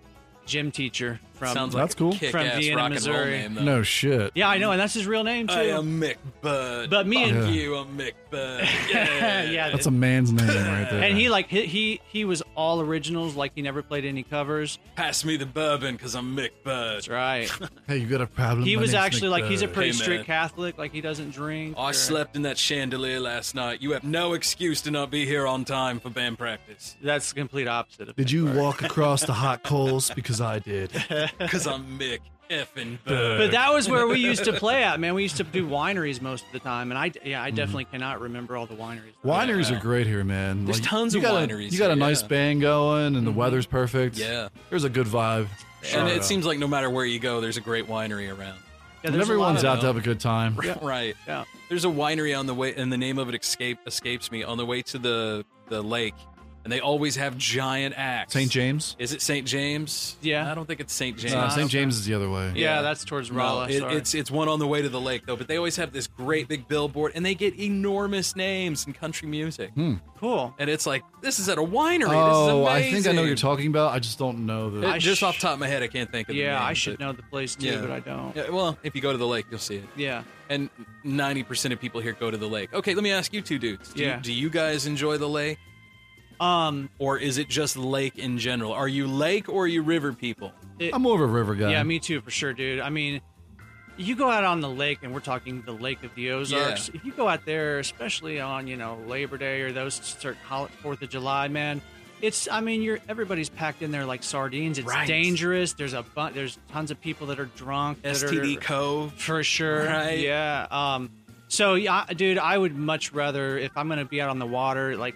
E: gym teacher from
C: Sounds like
D: That's
C: a
D: cool.
E: From
C: kick-ass
E: Vienna,
C: rock and roll
E: Missouri.
C: name, though.
D: No shit.
E: yeah, I know, and that's his real name too.
C: I am Mick Bud.
E: But me
C: Fuck
D: and- Yeah.
C: you, I'm Mick Bud. Yeah.
E: yeah,
D: That's a man's name right there.
E: and he like he, he he was all originals, like he never played any covers.
C: Pass me the bourbon because I'm Mick Bud.
E: That's right.
D: hey, you got a problem?
E: he
D: My
E: was
D: name's
E: actually
D: Nick
E: like he's a
D: Bird.
E: pretty
C: Hey,
E: strict
C: man.
E: Catholic. Like he doesn't drink.
C: Oh, I
E: or-
C: slept in that chandelier last night. You have no excuse to not be here on time for band practice
E: That's the complete opposite of.
D: Did
E: Nick
D: you
E: Bird.
D: walk across the hot coals? Because I did.
C: because I'm Mick effing Bud.
E: But that was where we used to play at, man. We used to do wineries most of the time, and I yeah,
D: Mm-hmm.
E: I definitely cannot remember all the wineries.
D: Wineries
C: Yeah.
D: are great here, man.
C: There's tons
D: you
C: of
D: got
C: wineries
D: A, you got
C: here,
D: a nice
C: yeah. Mm-hmm.
D: band going, and the weather's perfect.
C: Yeah.
D: there's a good vibe.
C: and it
D: Sure.
C: seems like no matter where you go, there's a great winery around.
E: Yeah,
D: And
E: there's a lot
D: everyone's
E: of
D: out to
E: them.
D: have a good time.
C: right.
E: Yeah.
C: There's a winery on the way, and the name of it escape escapes me. On the way to the the lake, and they always have giant acts.
D: St. James.
C: Is it St. James?
E: Yeah.
C: I don't think it's St. James.
D: No, St. James is the other way.
E: Yeah, that's towards Rolla.
C: it,
E: sorry.
C: it's it's one on the way to the lake though. But they always have this great big billboard, and they get enormous names in country music.
E: cool.
C: And it's like this is at a winery.
D: Hmm. Oh, I
C: this is
D: think I know what you're
C: amazing.
D: talking about. I just don't know the.
C: It- just
E: sh-
C: off the top of my head, I can't think of. the
E: Yeah,
C: name,
E: I should
C: but-
E: know the place too,
C: Yeah.
E: but I don't.
C: Yeah, well, if you go to the lake, you'll see it.
E: Yeah.
C: And ninety percent of people here go to the lake. Okay, let me ask you two dudes. Do you-
E: Yeah.
C: do you guys enjoy the lake?
E: Um.
C: or is it just lake in general? Are you lake or are you river people?
E: it-
D: I'm more of a river guy.
E: Yeah, me too, for sure, dude. I mean, you go out on the lake, and we're talking the Lake of the Ozarks. If you go out there, especially on you know Labor Day or those certain hol- Fourth of July, man, it's I mean, you're everybody's packed in there like sardines. It's
C: Right.
E: dangerous. There's a bu- there's tons of people that are drunk. that are-
C: STD Cove.
E: for sure.
C: Right.
E: Yeah. Um. So yeah, I- dude, I would much rather if I'm gonna be out on the water, like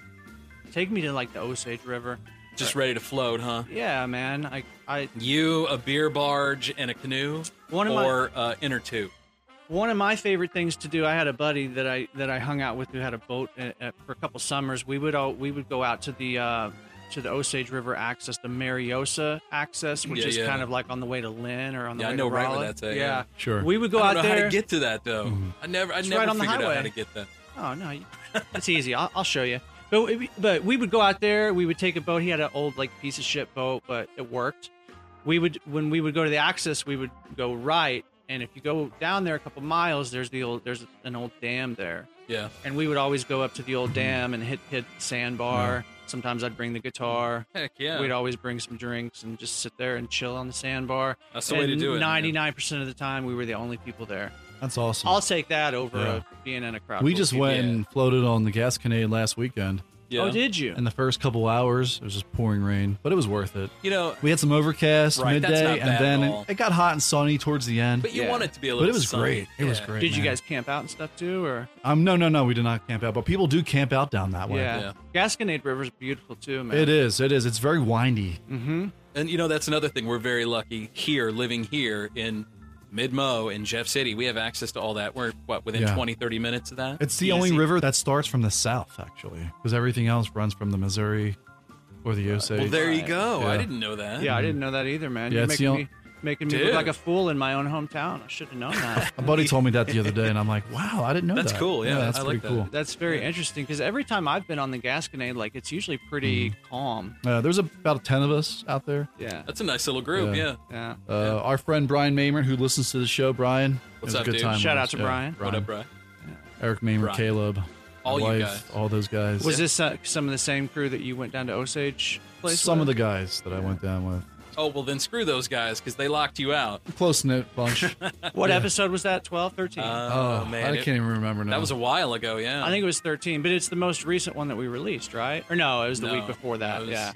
E: take me to like the Osage River.
C: Just ready to float, huh?
E: Yeah, man. I I
C: You, a beer barge, and a canoe?
E: One of my-
C: or uh, inner tube?
E: One of my favorite things to do. I had a buddy that I that I hung out with who had a boat uh, uh, for a couple summers. We would all we would go out to the uh, to the Osage River access, the Mariosa access, which
C: Yeah,
E: is
C: yeah.
E: kind of like on the way to Lynn or on the
C: Yeah, I
E: way
C: know
E: to
C: right where
E: Raleigh.
C: that's at, yeah.
D: Sure.
E: We would go
C: I
E: out
C: don't know
E: there.
C: how to get to that, though. I never, I
E: It's
C: never
E: right on the
C: figured out how
E: highway.
C: to get that.
E: oh no, you- it's easy. I'll, I'll show you. But we, but we would go out there. We would take a boat. He had an old like piece of shit boat, but it worked. We would when we would go to the access, we would go right, and if you go down there a couple miles, there's the old there's an old dam there.
C: Yeah.
E: and we would always go up to the old dam and hit hit the sandbar. Sometimes I'd bring the guitar.
C: Heck yeah.
E: We'd always bring some drinks and just sit there and chill on the sandbar.
C: That's the way to do it, man.
E: Ninety nine percent of the time, we were the only people there.
D: That's awesome.
E: I'll take that over
D: Yeah.
E: uh, being in a crowd.
D: we
E: full of
D: just
E: people.
D: went
C: yeah.
D: and floated on the Gas Canade last weekend.
C: Yeah.
E: Oh, did you?
D: In the first couple hours, it was just pouring rain, but it was worth it.
C: You know,
D: we had some overcast
C: Right, that's not
D: midday,
C: bad at
D: and then
C: all.
D: it, it got hot and sunny towards the end.
C: But you want it to be a
D: But
C: little.
D: it was
C: sunny.
D: great. It was
C: Yeah.
D: great.
E: Did you
D: man.
E: guys camp out and stuff too, or?
D: Um, no, no, no. We did not camp out, but people do camp out down that way.
E: Yeah. Gasconade River's beautiful too, man.
D: It is. It is. It's very windy.
C: Mm.
E: Mm-hmm.
C: And you know, that's another thing. We're very lucky here, living here in Midmo in Jeff City. We have access to all that. We're what within
D: Yeah.
C: twenty, thirty 20, 30 minutes of that.
D: It's the only river that starts from the south, actually, because everything else runs from the Missouri or the Osage.
C: Uh, Well, there you go. I
D: Yeah.
C: didn't know that.
E: Yeah, I didn't know that either, man.
D: Yeah,
E: You're
D: it's the
E: making
D: only-
E: me making me look
C: Dude.
E: like a fool in my own hometown. I should have known that.
D: My buddy told me that the other day, and I'm like, wow, I didn't know
C: That's
D: that.
C: cool, yeah,
D: that's
C: I
D: pretty
C: like that.
D: cool.
E: That's very interesting because every time I've been on the Gasconade, like it's usually pretty
C: Mm-hmm.
E: calm.
D: Uh, there's about 10 of us out there.
E: Yeah.
C: That's a nice little group.
D: Yeah.
C: Yeah.
E: Yeah.
D: Uh, Our friend Brian Mamer, who listens to the show, Brian.
C: What's
D: it was a
C: up,
D: good
C: dude?
D: Time
E: Shout
D: with
E: out
D: us.
E: to
D: Yeah,
E: Brian.
C: What up, bro?
D: Eric Mamer,
C: Brian.
D: Caleb,
C: All you
D: wife,
C: guys.
D: all those guys.
E: Was this uh, some of the same crew that you went down to Osage place?
D: some of
E: with?
D: the guys that I went down with?
C: Oh well, then screw those guys because they locked you out.
D: Close knit bunch.
E: What
D: Yeah.
E: episode was that? 12, 13?
C: Oh, man,
D: I
C: it-
D: can't even remember now.
C: That was a while ago. Yeah.
E: I think it was 13, but it's the most recent one that we released, right? Or no, it was the
C: No,
E: week before that.
C: it was-
E: Yeah.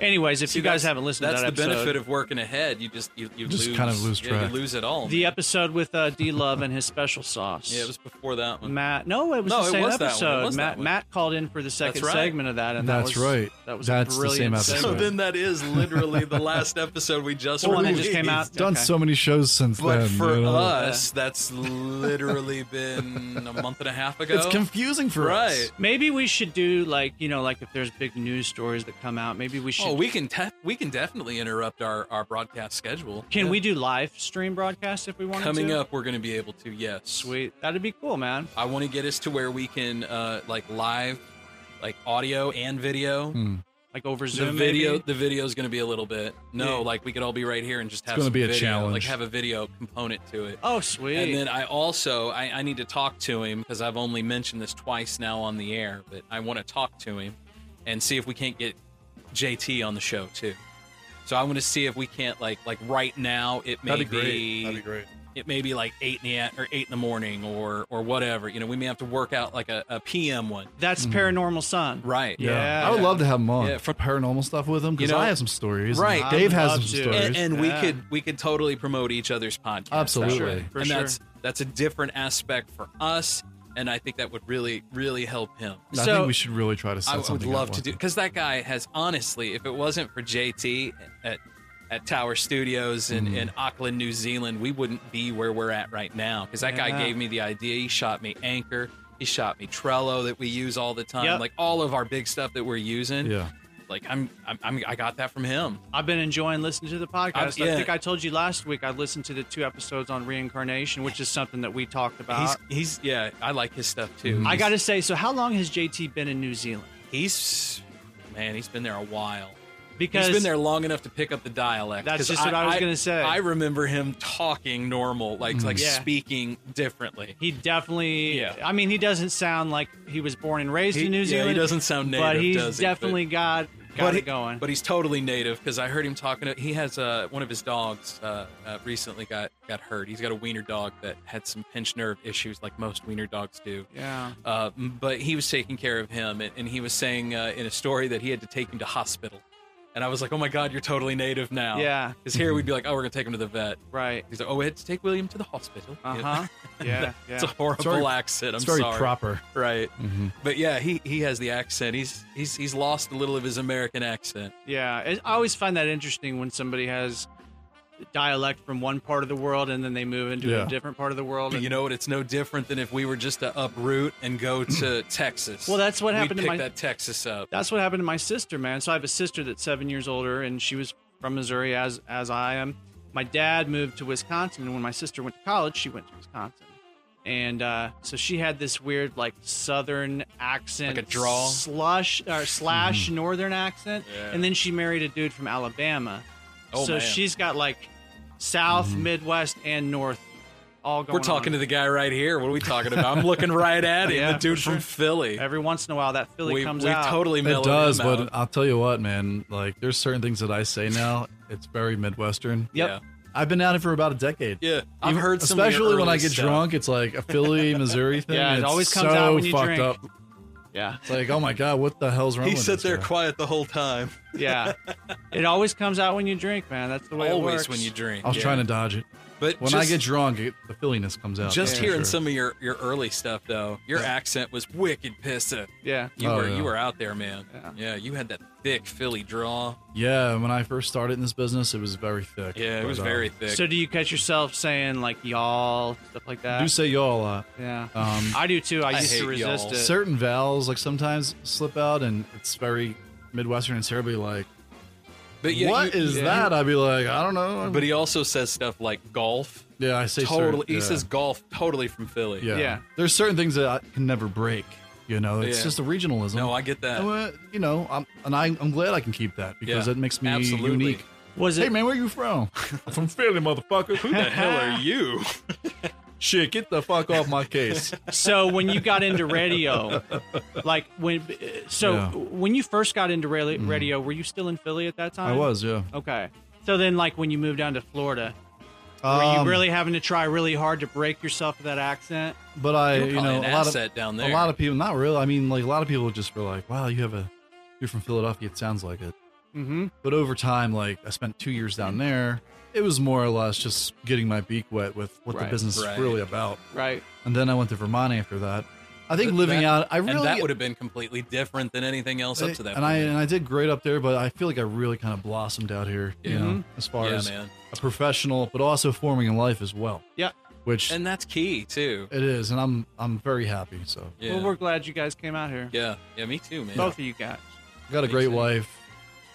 E: Anyways, if
C: See,
E: you guys
C: that's-
E: haven't listened to
C: that's
E: that
C: the
E: episode,
C: benefit of working ahead. You just you, you
D: Just
C: lose,
D: kind of lose
C: yeah,
D: track.
C: you lose it all.
E: the episode with uh, D Love and his special sauce.
C: yeah, it was before that one.
E: Matt. No, it was
C: No,
E: the
C: it
E: same
C: was that one. It
E: episode.
C: was that
E: Matt
C: one.
E: Matt called in for the second
C: right.
E: segment of that, and
D: That's
E: that was,
D: right.
E: That was
D: That's the
E: a brilliant
D: same episode.
C: So
E: segment.
C: then that is literally the last episode we just
E: The one that
C: released.
E: just came out.
D: I've done
E: Okay.
D: so many shows since
C: But
D: then.
C: for
D: you know?
C: us, that's literally been a month and a half ago.
D: it's confusing for
C: right.
D: us.
E: Maybe we should do like you know like if there's big news stories that come out, maybe we should.
C: Oh, we can te- we can definitely interrupt our, our broadcast schedule.
E: can
C: Yeah.
E: we do live stream broadcast if we want?
C: Coming
E: to?
C: up, we're going to be able to. Yes,
E: sweet. That'd be cool, man.
C: I want to get us to where we can uh, like live, like audio and video.
D: Hmm.
E: Like over
C: The
E: Zoom.
C: video,
E: maybe?
C: the video is going to be a little bit. No,
E: Yeah.
C: like we could all be right here and just have
D: gonna
C: some
D: be a
C: video,
D: challenge.
C: Like have a video component to it.
E: Oh, sweet.
C: And then I also I, I need to talk to him because I've only mentioned this twice now on the air, but I want to talk to him and see if we can't get JT on the show too. So I want to see if we can't like like right now it may
K: That'd be great. That'd be great.
C: it may be like eight in the a- or eight in the morning or or whatever. You know, we may have to work out like a, a PM one.
E: That's Paranormal Sun.
C: Mm-hmm. Right.
E: Yeah.
D: I would love to have him on
C: Yeah,
D: for paranormal stuff with him because
C: You know-
D: I have some stories. and
C: Right.
D: Dave
E: I
D: has
E: love
D: some
E: to.
D: stories.
C: And, and we
E: Yeah.
C: could we could totally promote each other's podcast. that
D: Absolutely.
C: way.
E: For
C: and
E: sure.
C: that's that's a different aspect for us, and I think that would really really help him.
D: I
E: so-
D: think we should really try to set
C: I would
D: something
C: love
D: up
C: to
D: with
C: do
D: him.
C: because that guy has honestly, if it wasn't for JT at at Tower Studios
E: Mm.
C: in, in Auckland, New Zealand, we wouldn't be where we're at right now. Because that guy
E: Yeah.
C: gave me the idea. He shot me Anchor. He shot me Trello that we use all the time.
E: Yep.
C: Like all of our big stuff that we're using.
D: Yeah.
C: Like I'm, I'm, I'm I got that from him.
E: I've been enjoying listening to the podcast.
C: yeah.
E: I think I told you last week I listened to the two episodes on reincarnation, which is something that we talked about.
C: He's, he's, yeah, I like his stuff too.
E: I got to say, so how long has JT been in New Zealand?
C: He's, man, he's been there a while.
E: Because
C: he's been there long enough to pick up the dialect.
E: That's
C: 'cause
E: just what I was gonna say.
C: I remember him talking normal, like like
E: Yeah.
C: speaking differently.
E: He definitely.
C: Yeah.
E: I mean, he doesn't sound like he was born and raised
C: He-
E: in New
C: yeah, he
E: Zealand.
C: doesn't sound
E: But
C: native,
E: he's
C: does he? But-
E: definitely got got
C: but
E: it
C: he-
E: going.
C: but he's totally native because I heard him talking. To, he has uh, one of his dogs uh, uh, recently got got hurt. He's got a wiener dog that had some pinched nerve issues, like most wiener dogs do.
E: yeah.
C: Uh, m- but he was taking care of him, and, and he was saying uh, in a story that he had to take him to hospital. And I was like, "Oh my God, you're totally native now."
E: Yeah.
C: because here we'd be like, "Oh, we're gonna take him to the vet."
E: Right.
C: He's like, "Oh, we had to take William to the hospital."
E: Uh huh. Yeah. Yeah.
C: It's a horrible
D: very-
C: accent. I'm
D: It's very
C: sorry.
D: proper.
C: Right. But yeah, he, he has the accent. He's he's he's lost a little of his American accent.
E: Yeah, it, I always find that interesting when somebody has dialect from one part of the world and then they move into
D: Yeah.
E: a different part of the world.
C: But
E: and-
C: you know what? It's no different than if we were just to uproot and go to Texas.
E: Well, that's what
C: We'd
E: happened to
C: pick
E: my-
C: that Texas up.
E: that's what happened to my sister, man. So I have a sister that's seven years older, and she was from Missouri, as as I am. My dad moved to Wisconsin, and when my sister went to college, she went to Wisconsin, and uh, so she had this weird like Southern accent,
C: Like a drawl?
E: slush or slash Northern accent,
C: Yeah.
E: and then she married a dude from Alabama.
C: Oh,
E: so
C: man. Mm-hmm.
E: she's got like South, Midwest, and North all going.
C: We're talking
E: on.
C: to the guy right here. What are we talking about? I'm looking right at him.
E: Yeah,
C: the dude
E: for sure.
C: from Philly.
E: every once in a while that Philly
C: we
E: comes
C: we
E: out.
C: totally
D: It
C: mellowed
D: does,
C: him
D: but uh,
C: out.
D: I'll tell you what, man. Like, there's certain things that I say now. It's very Midwestern.
E: Yep.
D: I've been at it for about a decade.
C: yeah, I've
D: Even-
C: heard some of your
D: especially when
C: early
D: I get
C: stuff.
D: drunk. It's like a Philly, Missouri thing.
E: Yeah, it
D: and it's
E: always comes
D: so
E: out when you
D: fucked
E: drink.
D: up.
L: Yeah.
D: It's like, oh my god, what the hell's wrong?
C: He
D: with
C: sat
D: this
C: there
D: guy?
C: quiet the whole time.
E: Yeah. it always comes out when you drink, man. That's the way it
C: Always
E: works.
C: when you drink,
D: I was trying to dodge it,
C: But
D: when I
C: just-
D: get drunk, it, the filliness comes out.
C: Just
D: for
C: hearing
D: sure.
C: some of your, your early stuff though, your accent was wicked pissa.
E: Yeah.
C: You
D: Oh,
C: were
D: yeah.
C: you were out there, man. Yeah. you had that thick Philly draw.
D: Yeah, when I first started in this business, it was very thick.
C: Yeah, it was
D: But, uh,
C: very thick.
E: So do you catch yourself saying like y'all stuff like that?
D: I do say y'all a lot.
E: Yeah.
D: Um,
E: I do too. I, used to resist it.
D: Certain vowels like sometimes slip out, and it's very Midwestern. And Sarah be like,
C: But yeah,
D: "What
C: you-
D: is
C: yeah.
D: that?" I'd be like, "I don't know."
C: But he also says stuff like golf.
D: Yeah, I say certain-
C: totally. He
D: yeah.
C: says golf totally from Philly.
D: yeah. There's certain things that I can never break. You know, it's
C: Yeah.
D: just a regionalism.
C: No, I get that.
D: And, uh, you know, I'm, and I, I'm glad I can keep that because
C: Yeah,
D: that makes me
C: absolutely.
D: unique.
E: Was it?
D: Hey man, where you from? I'm from Philly, motherfucker. Who
C: the hell are you?
D: Shit, get the fuck off my case.
E: so when you got into radio, like when, so
D: Yeah.
E: when you first got into rally- radio, were you still in Philly at that time?
D: I was, yeah.
E: Okay. So then, like when you moved down to Florida, were
D: Um,
E: you really having to try really hard to break yourself of that accent?
D: But I,
E: You were
D: you,
E: probably
D: know,
E: an
D: a lot
E: asset
D: of
E: down
D: a
E: there.
D: lot of people, not really. I mean, like a lot of people just were like, "Wow, you have a, you're from Philadelphia. It sounds like it."
E: Mm-hmm.
D: But over time, like I spent two years down there. It was more or less just getting my beak wet with what
E: Right,
D: the business
C: right.
D: is really about.
E: Right.
D: And then I went to Vermont after that. I think
C: But
D: living
C: that-
D: out, I really
C: and that would have been completely different than anything else up to that.
D: and I and I did great up there, but I feel like I really kind of blossomed out here. You
C: Yeah.
D: know, as far
C: Mm-hmm. Yeah,
D: as
C: man.
D: a professional, but also forming in life as well.
E: Yeah.
D: Which
C: and that's key too.
D: it is, and I'm I'm very happy. So
C: Yeah.
E: Well, we're glad you guys came out here.
C: yeah, yeah, me too, man.
E: Both of you guys.
D: I got a great wife.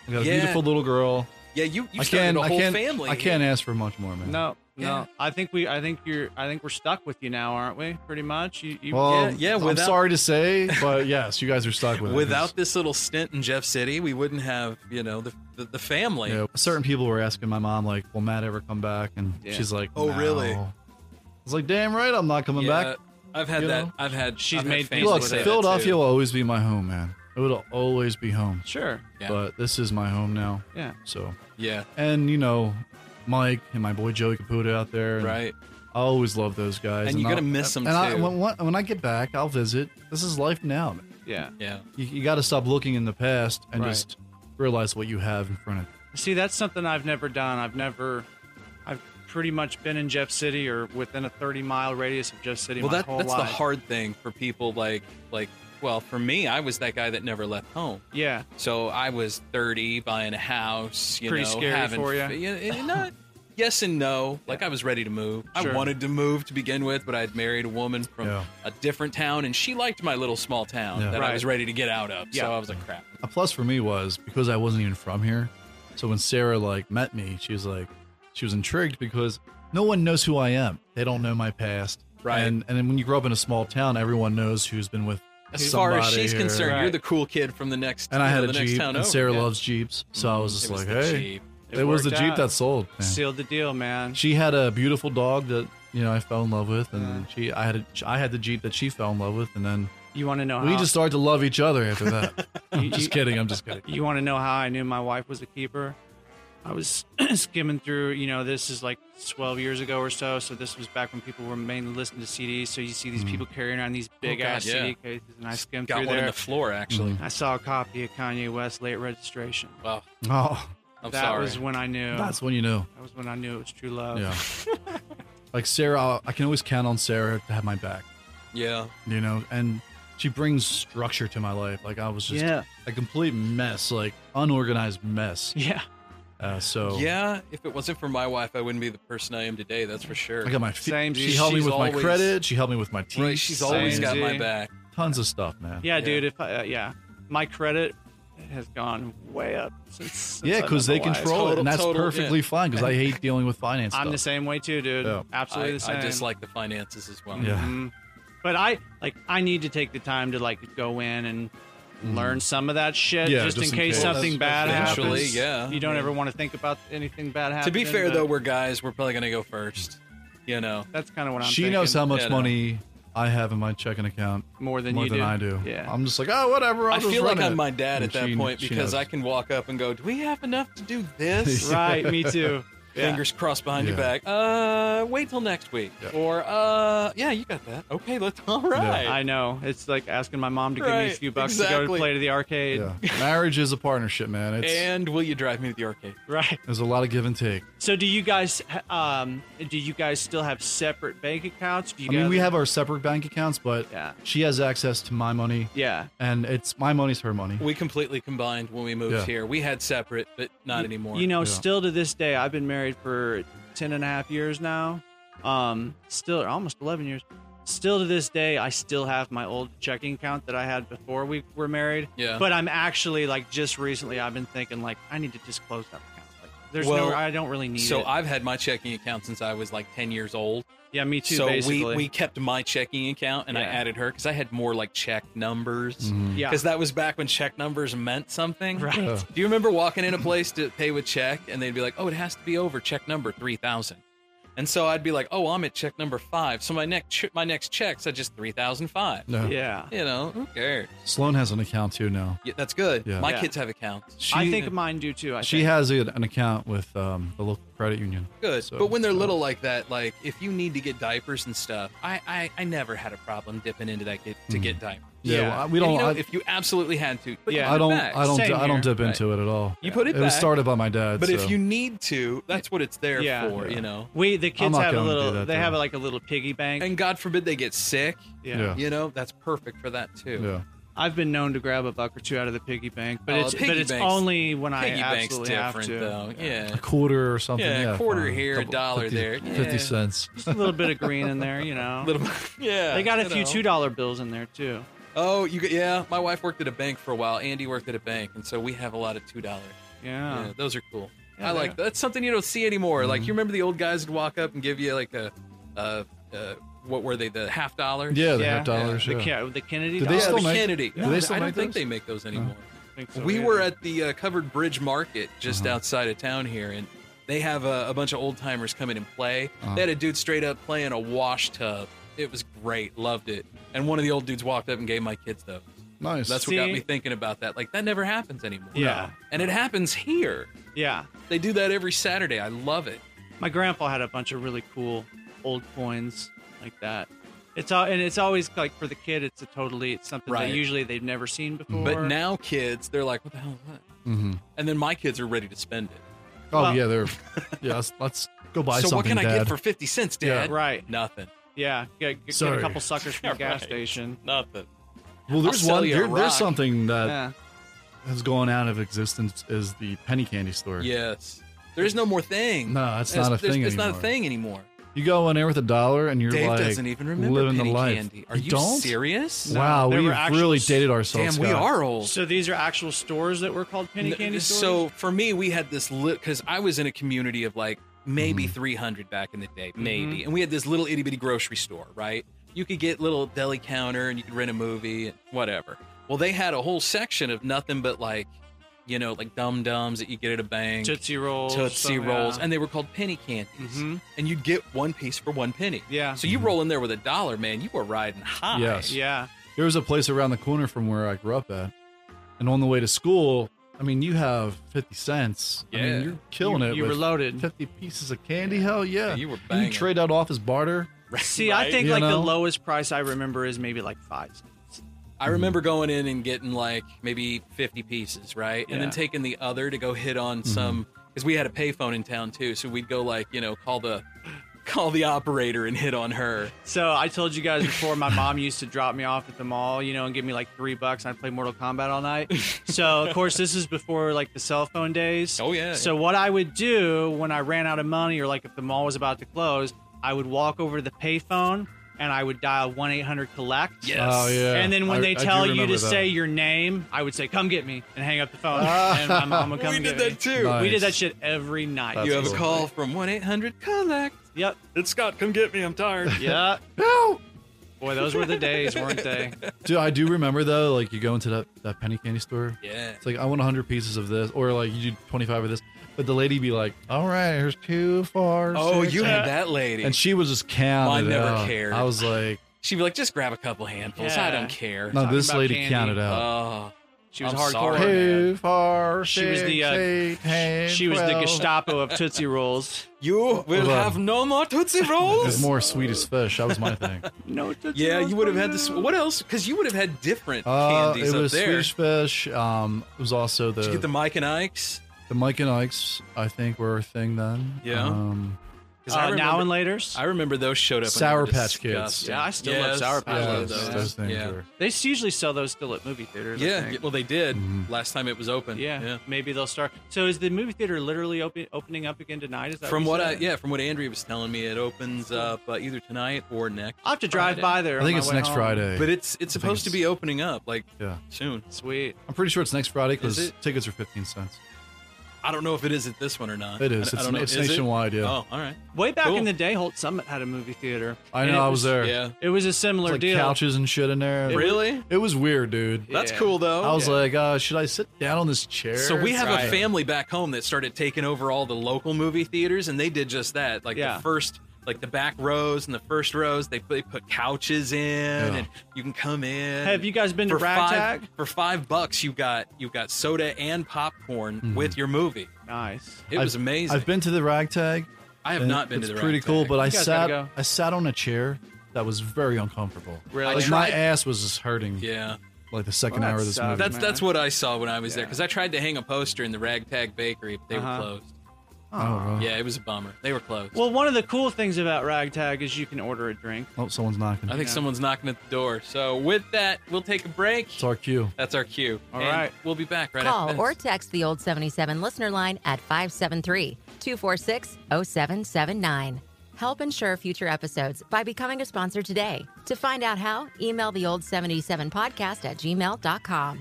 D: I got a
C: Yeah.
D: beautiful little girl.
C: Yeah, you, you
D: I
C: started
D: can't
C: a
D: I
C: whole
D: can't
C: family.
D: I can't ask for much more, man.
E: No, no.
C: Yeah.
E: I think we. I think you're. I think we're stuck with you now, aren't we? Pretty much. You. you
D: Well, I'm sorry to say, but yes, you guys are stuck with it.
C: Without this little stint in Jeff City, we wouldn't have you know the the, the family.
D: Yeah, certain people were asking my mom like, "Will Matt ever come back?" And
C: Yeah.
D: she's like,
C: Oh, really?
D: "No." I was like, "Damn right, I'm not coming
C: Yeah,
D: back."
C: I've had
D: You
C: that.
D: know?
C: I've had. She's I've had family
D: Look,
C: say that,
D: Philadelphia
C: too.
D: will always be my home, man. It will always be home.
E: Sure.
C: Yeah.
D: But this is my home now.
E: Yeah.
D: So.
C: Yeah.
D: And you know, Mike and my boy Joey Caputo out there. and
C: Right.
D: I always love those guys.
C: And you're
D: I'll-
C: gonna miss them,
D: and I-
C: too.
D: when, when- when I get back, I'll visit. This is life now. Man.
E: Yeah.
C: Yeah.
D: You, you got to stop looking in the past and
E: Right.
D: just realize what you have in front of you.
E: See, that's something I've never done. I've never. I've pretty much been in Jeff City or within a 30 mile radius of Jeff City
C: Well,
E: my
C: that,
E: whole
C: that's
E: life.
C: the hard thing for people like like. Well, for me, I was that guy that never left home.
E: Yeah.
C: So I was 30, buying a house. You
E: Pretty
C: know,
E: scary
C: having
E: for ya.
C: fa- yeah, yeah, not. Yes and no. Like I was ready to move.
E: Sure.
C: I wanted to move to begin with, but I had married a woman from
D: Yeah.
C: a different town, and she liked my little small town
D: Yeah.
C: that I
D: Right.
C: was ready to get out of.
D: Yeah.
C: So I was like, crap.
D: A plus for me was because I wasn't even from here. So when Sarah like met me, she was like, she was intrigued because no one knows who I am. They don't know my past.
C: Right.
D: And and then when you grow up in a small town, everyone knows who's been with.
C: As far as
D: somebody
C: she's
D: or-
C: concerned, you're the cool kid from the next.
D: and I
C: you know,
D: had a
C: the next
D: jeep,
C: town
D: and
C: over.
D: Sarah
C: Yeah.
D: loves jeeps, so I was
C: Mhm.
D: just
C: It was
D: like,
C: the
D: "Hey,
C: Jeep.
D: it, was the
E: worked
D: jeep
E: out.
D: that sold." man.
E: Sealed the deal, man.
D: She had a beautiful dog that you know I fell in love with, and she I had a, I had the jeep that she fell in love with, and then
E: You want to know
D: we
E: how?
D: just started to love each other after that.
E: You-
D: I'm just
E: you-
D: kidding. I'm just kidding.
E: You want to know how I knew my wife was a keeper? I was skimming through, you know, this is like 12 years ago or so. So this was back when people were mainly listening to CDs. So you see these
C: Mhm.
E: people carrying around these big
C: God,
E: ass
C: yeah.
E: CD cases, and I skimmed
C: Got
E: through
C: one
E: there.
C: in the floor actually.
D: Mm-hmm.
E: I saw a copy of Kanye West late registration.
C: Wow.
D: Oh,
C: I'm
E: that
C: sorry.
E: was when I knew.
D: That's when you knew.
E: That was when I knew it was true love.
D: Yeah. like Sarah, I'll- I can always count on Sarah to have my back.
C: Yeah.
D: You know, and she brings structure to my life. Like I was just
C: Yeah.
D: a complete mess, like unorganized mess.
E: Yeah.
D: Uh, so
C: Yeah, if it wasn't for my wife, I wouldn't be the person I am today. That's for sure.
D: I got my feet. she
C: She's
D: helped me with my
C: always-
D: credit. She helped me with my teeth.
C: Right, she's always got my back.
D: Tons of stuff, man.
E: Yeah, dude. If I, uh, yeah, my credit has gone way up since. since
D: Yeah,
E: I
D: because they
E: met my wife.
D: control it, and that's perfectly fine. Because I hate dealing with finance.
E: I'm
D: stuff.
E: the same way too, dude.
D: Yeah.
E: Absolutely
C: I,
E: the same.
C: I dislike the finances as well.
D: Yeah.
E: Mhm. But I like I need to take the time to like go in and
C: Mhm.
E: learn some of that shit
C: Yeah,
E: just,
C: just
E: in
C: in
E: case
C: case.
E: something bad
C: Eventually,
E: happens.
C: yeah.
E: You don't
C: Yeah.
E: ever want to think about anything bad
C: To
E: happening.
C: be fair,
E: but
D: uh,
C: though, we're guys. We're probably gonna go first. You know.
E: that's kind of what I'm.
D: she
E: thinking.
D: knows how much
C: Yeah, no.
D: money I have in my checking account.
E: More than
D: more
E: you
D: than
E: do.
D: I do.
E: Yeah.
D: I'm just like, oh, whatever. I'll
C: I
D: just
C: feel like
D: run
C: I'm
D: it."
C: my dad
D: And
C: at that
D: she-
C: point
D: she
C: because
D: knows.
C: I can walk up and go, "Do we have enough to do this?"
E: right, me too.
C: fingers crossed behind your
K: Yeah.
C: back. Uh, wait till next week. Or uh, yeah, you got that. Okay, let's. All right.
E: I know. It's like asking my mom to give me a
C: Right,
E: few bucks to go
C: exactly.
E: to play to the arcade.
D: Marriage is a partnership, man. It's,
C: And will you drive me to the arcade?
E: Right.
D: There's a lot of give and take.
E: So do you guys um do you guys still have separate bank accounts? Do you
D: I mean,
E: guys-
D: we have our separate bank accounts, but she has access to my money.
E: Yeah.
D: And it's my money's her money.
C: We completely combined when we moved
D: Yeah.
C: here. We had separate, but not anymore.
E: You know, still to this day, I've been married for 10 and a half years now. Um, still or almost 11 years. Still to this day, I still have my old checking account that I had before we were married.
C: Yeah.
E: But I'm actually like just recently, I've been thinking like I need to just close that account. Like, there's
C: Well,
E: no, I don't really need
C: So
E: it.
C: I've had my checking account since I was like ten years old.
E: Yeah, me too,
C: So
E: basically.
C: we we kept my checking account and I
E: Yeah.
C: added her because I had more like check numbers.
D: Mm-hmm.
E: Mhm. Yeah.
C: because that was back when check numbers meant something.
E: Right. Yeah.
C: Do you remember walking in a place to pay with check and they'd be like, "Oh, it has to be over check number 3000." And so I'd be like, "Oh, I'm at check number five. So my next ch- my next check's at just 3005."
D: Yeah.
E: Yeah.
C: You know, who cares?
D: Sloan has an account too now.
C: Yeah, that's good.
D: Yeah.
C: My
D: Yeah.
C: kids have accounts.
E: I think mine do too. I
D: she
E: think.
D: has a, an account with um, the local credit union.
C: good.
D: So-
C: but when they're little like that, like if you need to get diapers and stuff, I I, I never had a problem dipping into that kid to
D: Mm-hmm.
C: get diapers.
D: Yeah, well, I-
C: And,
D: we don't-
C: you know,
D: I-
C: if you absolutely had to, but you
D: I
C: put it
D: don't.
C: back.
D: I don't. I don't dip into it at all.
C: You put it.
D: It was
C: back,
D: started by my dad.
C: But
D: so-
C: if you need to, that's what it's there
E: Yeah.
C: for.
E: Yeah.
C: You know,
E: We the kids
D: not
E: have a
D: gonna do
E: little.
D: that
E: they
D: to
E: have
D: them.
E: like a little piggy bank.
C: and God forbid they get sick.
E: Yeah. Yeah.
C: you know that's perfect for that too.
E: I've been known to grab a buck or two out of the piggy bank, but
C: Oh,
E: it's
C: piggy
E: but it's
C: bank's-
E: only when I
C: piggy bank's
E: absolutely have to.
C: different, though. Yeah.
D: a quarter or something.
C: Yeah, a
D: Yeah,
C: quarter
D: fine.
C: here, a dollar
D: 50
C: there. Yeah.
D: fifty cents.
E: Just a little bit of green in there, you know.
C: Little bit- yeah,
E: They got a
C: you
E: few
C: know.
E: two dollar bills in there too.
C: Oh, you get yeah. My wife worked at a bank for a while. Andy worked at a bank, and so we have a lot of two dollars.
E: Yeah.
C: those are cool.
E: Oh. Yeah,
C: I
E: they
C: like that's something you don't see anymore. Like
D: Mm-hmm.
C: you remember the old guys would walk up and give you like a, uh, uh, what were they? The half dollar.
D: Yeah, the half dollars,
E: The,
D: yeah.
E: Ca- the Kennedy.
D: Do they
E: dollar.
D: still
C: the
D: make-
C: Kennedy.
D: do they still
C: I don't
D: make
C: think
D: those?
C: they make those anymore.
E: think so,
C: we
E: yeah.
C: were at the uh, Covered Bridge Market just outside of town here, and they have uh, a bunch of old timers come in and play.
K: Uh-huh.
C: They had a dude straight up playing a wash tub. It was great, loved it. And one of the old dudes walked up and gave my kids those.
D: Nice.
C: That's what got
D: See?
C: me thinking about that. Like that never happens anymore.
E: Yeah.
C: and it happens here.
E: Yeah.
C: They do that every Saturday. I love it.
E: My grandpa had a bunch of really cool old coins like that. It's all and it's always like for the kid. It's a totally it's something
C: Right.
E: that usually they've never seen before.
C: But now kids, they're like, "What the hell is that?"
D: Mm-hmm.
C: And then my kids are ready to spend it.
D: Oh
E: Well-
D: yeah, they're. Yeah, let's, let's go buy
C: so
D: something.
C: what can I
D: Dad.
C: get for fifty cents,
D: Yeah.
C: Dad?
E: Right.
C: Nothing.
E: yeah, get, get a
D: Sorry.
E: couple suckers from the gas station.
C: Nothing.
D: Well, there's
E: I'll sell
D: one.
E: you a
D: There,
E: rock.
D: there's something that
E: Yeah.
D: has gone out of existence is the penny candy store.
C: Yes. There is no more thing.
D: No, it's
C: There's-
D: not a
C: there's-
D: thing
C: It's not a
D: anymore.
C: thing anymore.
D: You go in there with a dollar and you're
C: Dave
D: like
C: doesn't even remember
D: living
C: penny
D: the life.
C: candy. Are you
D: don't?
C: serious? No,
D: Wow,
C: there
D: we've
C: were actual-
D: really dated ourselves. Scott.
C: old.
E: So these are actual stores that were called penny
C: N-
E: candy stores.
C: So for me, we had this lit because I was in a community of like maybe
D: Mm-hmm.
C: 300 back in the day, maybe,
K: Mhm.
C: and we had this little itty bitty grocery store, right? You could get little deli counter and you could rent a movie and whatever. Well, they had a whole section of nothing but like, you know, like dum dums that you get at a bank,
E: Tootsie rolls,
C: Tootsie
E: some-
C: rolls,
E: yeah. Mm-hmm.
C: and they were called penny candies. And you'd get one piece for one penny.
E: Yeah.
C: So you roll in there with a dollar, man. You were riding high.
D: Yes.
E: Yeah.
D: There was a place around the corner from where I grew up at. And on the way to school, I mean, you have 50 cents. I
C: Yeah.
D: mean, you're killing
E: You-
D: it.
E: you were
D: with
E: loaded.
D: 50 pieces of candy? Hell yeah.
C: You were
D: And
C: banging.
D: you trade that off as barter.
E: See, I think
D: You
E: like the
D: know?
E: lowest price I remember is maybe like five.
D: Mm-hmm.
C: I remember going in and getting like maybe 50 pieces, right? And then
E: Yeah.
C: taking the other to go hit on
D: Mm-hmm.
C: some because we had a payphone in town too, so we'd go like you know call the call the operator and hit on her.
E: So I told you guys before, my mom used to drop me off at the mall, you know, and give me like three bucks, and I'd play Mortal Kombat all night. So of course, this is before like the cell phone days.
C: Oh, yeah,
E: So
C: yeah.
E: what I would do when I ran out of money, or like if the mall was about to close, I would walk over to the payphone and I would dial one eight hundred collect.
D: Yes. Oh, yeah.
E: And then when
D: I- I
E: they
D: do
E: tell you to
D: remember that.
E: say your name, I would say, "Come get me," and hang up the phone.
D: Ah.
E: and my mom would come.
D: We did
E: get
D: that
E: me.
D: too.
E: We did
D: Nice.
E: that shit every night.
C: you have a call from one eight hundred collect.
E: Yep.
C: It's Scott. Come get me. I'm tired.
E: Yeah. Boy, those were the days, weren't they?
D: Dude, I do remember though, like you go into that, that penny candy store.
C: Yeah.
D: It's like I want hundred pieces of this, or like you do twenty five of this. But the lady be like, "All right, here's two, four."
C: Oh,
D: six,
C: you
D: eight."
C: had that lady.
D: and she was just
C: Mine
D: counting. it
C: never
D: out.
C: cared.
D: I was like,
C: She'd be like, just grab a couple handfuls. I
E: Yeah.
C: don't care.
D: No, Talking this about lady candy. counted out.
C: Oh,
E: She was
D: I'm
E: hardcore.
D: sorry, man. Two, four,
E: she was the
D: six,
E: uh,
D: eight, ten,
E: she was the
D: twelve.
E: Gestapo of Tootsie Rolls.
C: You will
D: Hold on.
C: have no more Tootsie
D: There's
C: Rolls.
D: more sweet as fish. That was my thing.
E: no
C: yeah, you would have had this. What else? Because you would have had different
D: Uh,
C: candies
D: it
C: up
D: was
C: there.
D: Swedish fish. Um, it was also the
C: Did you get the Mike and Ike's?
D: the Mike and Ike's. I think were a thing then.
C: Yeah.
D: Um,
C: 'Cause I
E: Uh, now
C: remember-
E: and later's?
C: I remember those showed up. and
D: Sour
C: they were
D: Patch Kids.
C: disgusting.
E: Yeah, I still
C: Yes,
E: love Sour Patch
C: I love
D: Kids.
C: those.
D: Those things
C: yeah.
D: were-
E: They usually sell those still at movie theaters. I
C: Yeah,
E: think.
C: yeah, well, they did
D: Mm-hmm.
C: last time it was open.
E: Yeah, maybe they'll start. So is the movie theater literally open, opening up again tonight? Is that
C: From
E: you
C: what I
E: said?
C: yeah, from what Andrea was telling me, it opens up uh, either tonight or next.
E: I'll have to drive
C: Friday.
E: by there.
D: I
E: on
D: think
E: my
D: it's
E: way
D: next
E: home.
D: Friday.
C: But it's it's
D: I think
C: supposed to
D: it's-
C: be opening up like
D: yeah.
C: soon.
E: Sweet.
D: I'm pretty sure it's next Friday
C: Is
D: because
C: it?
D: tickets are 15 cents.
C: I don't know if it is at this one or not.
D: It is.
C: I, I
D: It's-
C: don't know.
D: it's
C: Is it?
D: nationwide, yeah.
C: Oh, all right.
E: Way back
C: Cool.
E: in the day, Holt Summit had a movie theater.
D: I
E: And
D: know.
E: it
D: I was
E: was
D: there.
C: Yeah.
E: It was a similar
D: It's like
E: deal.
D: couches and shit in there.
C: Really?
D: It was weird, dude.
C: That's
E: Yeah.
C: cool though.
D: I was
E: Yeah.
D: like, uh, should I sit down on this chair?
C: So we have a
E: Right.
C: family back home that started taking over all the local movie theaters, and they did just that. Like
E: Yeah.
C: the first, like the back rows and the first rows, they they put couches in, and you can come in.
E: Have you guys been to
C: for
E: Ragtag?
C: five for five bucks? You got you got soda and popcorn with your movie.
E: Nice.
C: It was
D: Mm-hmm. I've-
C: amazing.
D: I've been to the Ragtag.
C: I have
D: and
C: not been to
D: it's
C: the
D: pretty
C: Ragtag.
D: cool, but I
E: guys
D: sat
E: gotta go.
D: I sat on a chair that was very uncomfortable.
E: Really? I
D: Like
C: tried-
D: my ass was just hurting.
C: yeah.
D: Like the second
E: Well, that
D: hour of this
E: sucks.
D: movie.
C: That's
E: man.
C: that's what I saw when I was there
E: Yeah.
C: because I tried to hang a poster in the Ragtag Bakery, but they
E: Uh-huh.
C: were closed.
D: oh,
C: Yeah, it was a bummer. They were closed.
E: Well, one of the cool things about Ragtag is you can order a drink.
D: oh, someone's knocking.
C: I think
E: Yeah.
C: someone's knocking at the door. So with that, we'll take a break.
D: it's our cue.
C: That's our cue.
E: All
C: All
E: right.
C: We'll be back right after
A: Call
C: this.
A: or text the Old 77 listener line at 573 246 0779. Help ensure future episodes by becoming a sponsor today. To find out how, email the Old 77 podcast at gmail.com.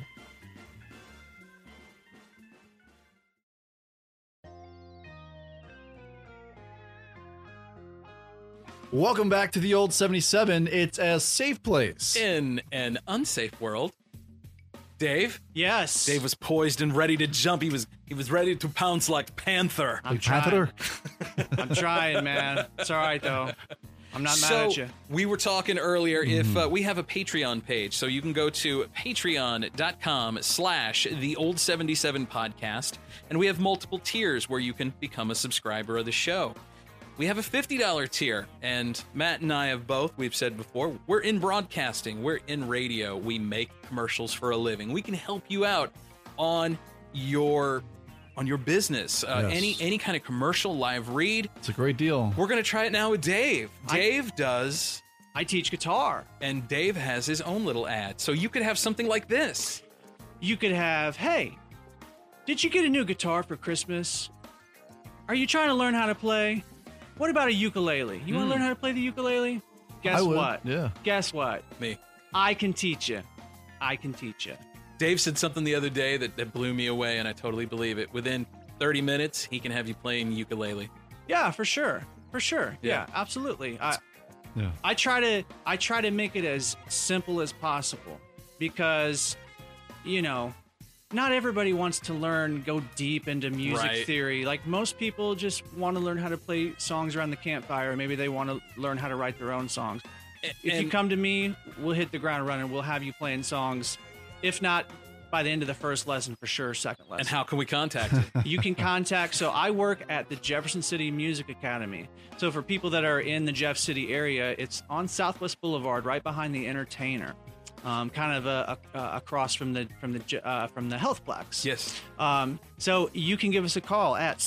D: Welcome back to the old 77. It's a safe place.
C: in an unsafe world, Dave.
E: Yes.
C: Dave was poised and ready to jump. He was he was ready to pounce like panther.
D: Like
E: trying.
D: Panther?
E: I'm trying, man. It's all right though. I'm not mad
C: so
E: at you.
C: we were talking earlier if uh, we have a patreon page so you can go to patreon.com slash the old 77 podcast and we have multiple tiers where you can become a subscriber of the show we have a $50 tier and matt and i have both we've said before we're in broadcasting we're in radio we make commercials for a living we can help you out on your on your business uh,
D: Yes.
C: any any kind of commercial live read
D: It's a great deal.
C: we're gonna try it now with Dave.
E: I-
C: Dave does,
E: I teach guitar.
C: and Dave has his own little ad. So you could have something like this.
E: You could have, hey, did you get a new guitar for Christmas? Are you trying to learn how to play? What about a ukulele? You want to learn how to play the ukulele? Guess
D: I would,
E: what?
D: yeah.
E: Guess what?
C: Me.
E: I can teach you. I can teach you.
C: Dave said something the other day that, that blew me away, and I totally believe it. Within 30 minutes, he can have you playing ukulele.
E: Yeah, for sure. For sure. Yeah,
C: Yeah.
E: absolutely. I
D: Yeah.
E: I try to I try to make it as simple as possible because you know, not everybody wants to learn go deep into music
C: Right.
E: theory. Like most people just want to learn how to play songs around the campfire, or maybe they want to learn how to write their own songs. If you
C: and-
E: come to me, we'll hit the ground running. We'll have you playing songs. If not by the end of the first lesson, for sure, second lesson
C: And how can we contact you?
E: you can contact. So I work at the Jefferson City Music Academy. So for people that are in the Jeff City area, it's on Southwest Boulevard, right behind the Entertainer, um, kind of a, a, a- across from the from the Je- uh, from the Healthplex.
C: yes.
E: Um, so you can give us a call at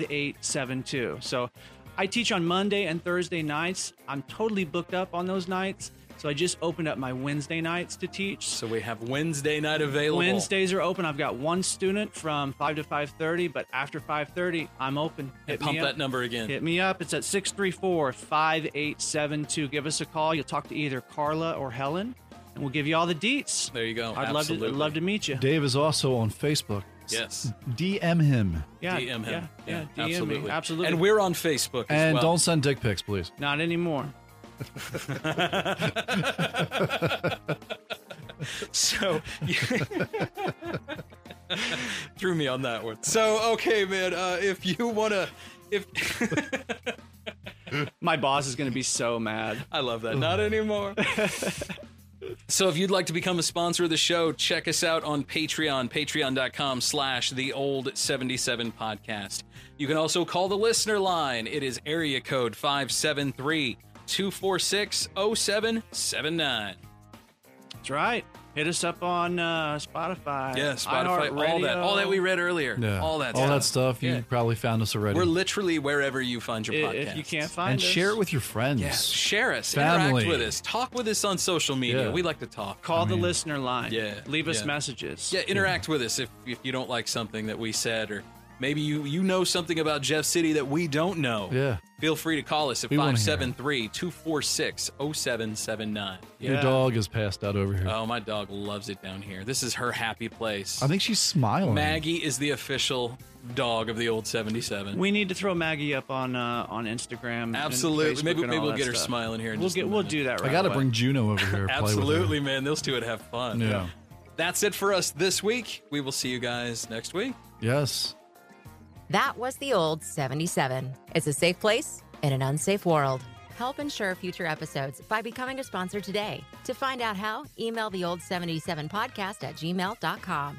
E: 634-5872. So I teach on Monday and Thursday nights. I'm totally booked up on those nights. So I just opened up my Wednesday nights to teach.
C: So we have Wednesday night available.
E: Wednesdays are open. I've got one student from five to five thirty, but after five thirty, I'm open.
C: And
E: Hit
C: pump
E: me
C: that
E: up.
C: number again.
E: Hit me up. It's at 634-5872. Give us a call. You'll talk to either Carla or Helen, and we'll give you all the deets.
C: There you go.
E: I'd love to
C: Absolutely.
E: love to meet you.
D: Dave is also on Facebook.
C: Yes.
D: DM him.
E: yeah,
C: DM him.
E: Yeah, yeah, DM me.
C: absolutely.
E: Absolutely.
C: And we're on Facebook as
D: And
C: well.
D: don't send dick pics, please.
E: not anymore.
C: So threw me on that one. So okay, man. Uh, if you wanna, if
E: My boss is going to be so mad.
C: I love that. Not anymore. So if you'd like to become a sponsor of the show, check us out on Patreon, patreon.com slash the old 77 podcast. You can also call the listener line. It is area code 573 246 0779.
E: That's right. Hit us up on uh, Spotify.
C: Yeah, Spotify, all that, all that we read earlier, uh, all that,
D: all
C: stuff.
D: that stuff. You
C: Yeah.
D: probably found us already.
C: We're literally wherever you find your
E: I-
C: podcast.
E: if you can't find
D: and
E: us,
D: share it with your friends.
C: Yeah, share us,
D: Family.
C: interact with us, talk with us on social media.
D: Yeah.
C: We like to talk.
E: call the listener line.
C: Yeah,
E: Leave us
C: yeah.
E: messages.
C: Yeah, interact with us if, if you don't like something that we said, or maybe you, you know something about Jeff City that we don't know.
D: Yeah.
C: Feel free to call us at
D: We wanna hear it.
C: 573 246 0779.
D: Your dog is passed out over here.
C: Oh, my dog loves it down here. This is her happy place.
D: I think she's smiling.
C: Maggie is the official dog of the old 77.
E: We need to throw Maggie up on uh, on Instagram. and
C: Absolutely.
E: Facebook
C: Maybe-
E: and
C: maybe
E: all
C: we'll
E: that
C: get her
E: stuff.
C: smiling here in
E: We'll
C: just a
E: get. We'll
C: minute.
E: do that. Right
D: I got to
E: away.
D: bring Juno over here. to play with her.
C: Absolutely, man. Those two would have fun.
D: Yeah.
C: That's it for us this week. We will see you guys next week.
D: Yes.
A: That was the old 77. It's a safe place in an unsafe world. Help ensure future episodes by becoming a sponsor today. To find out how, email the old 77podcast at gmail.com.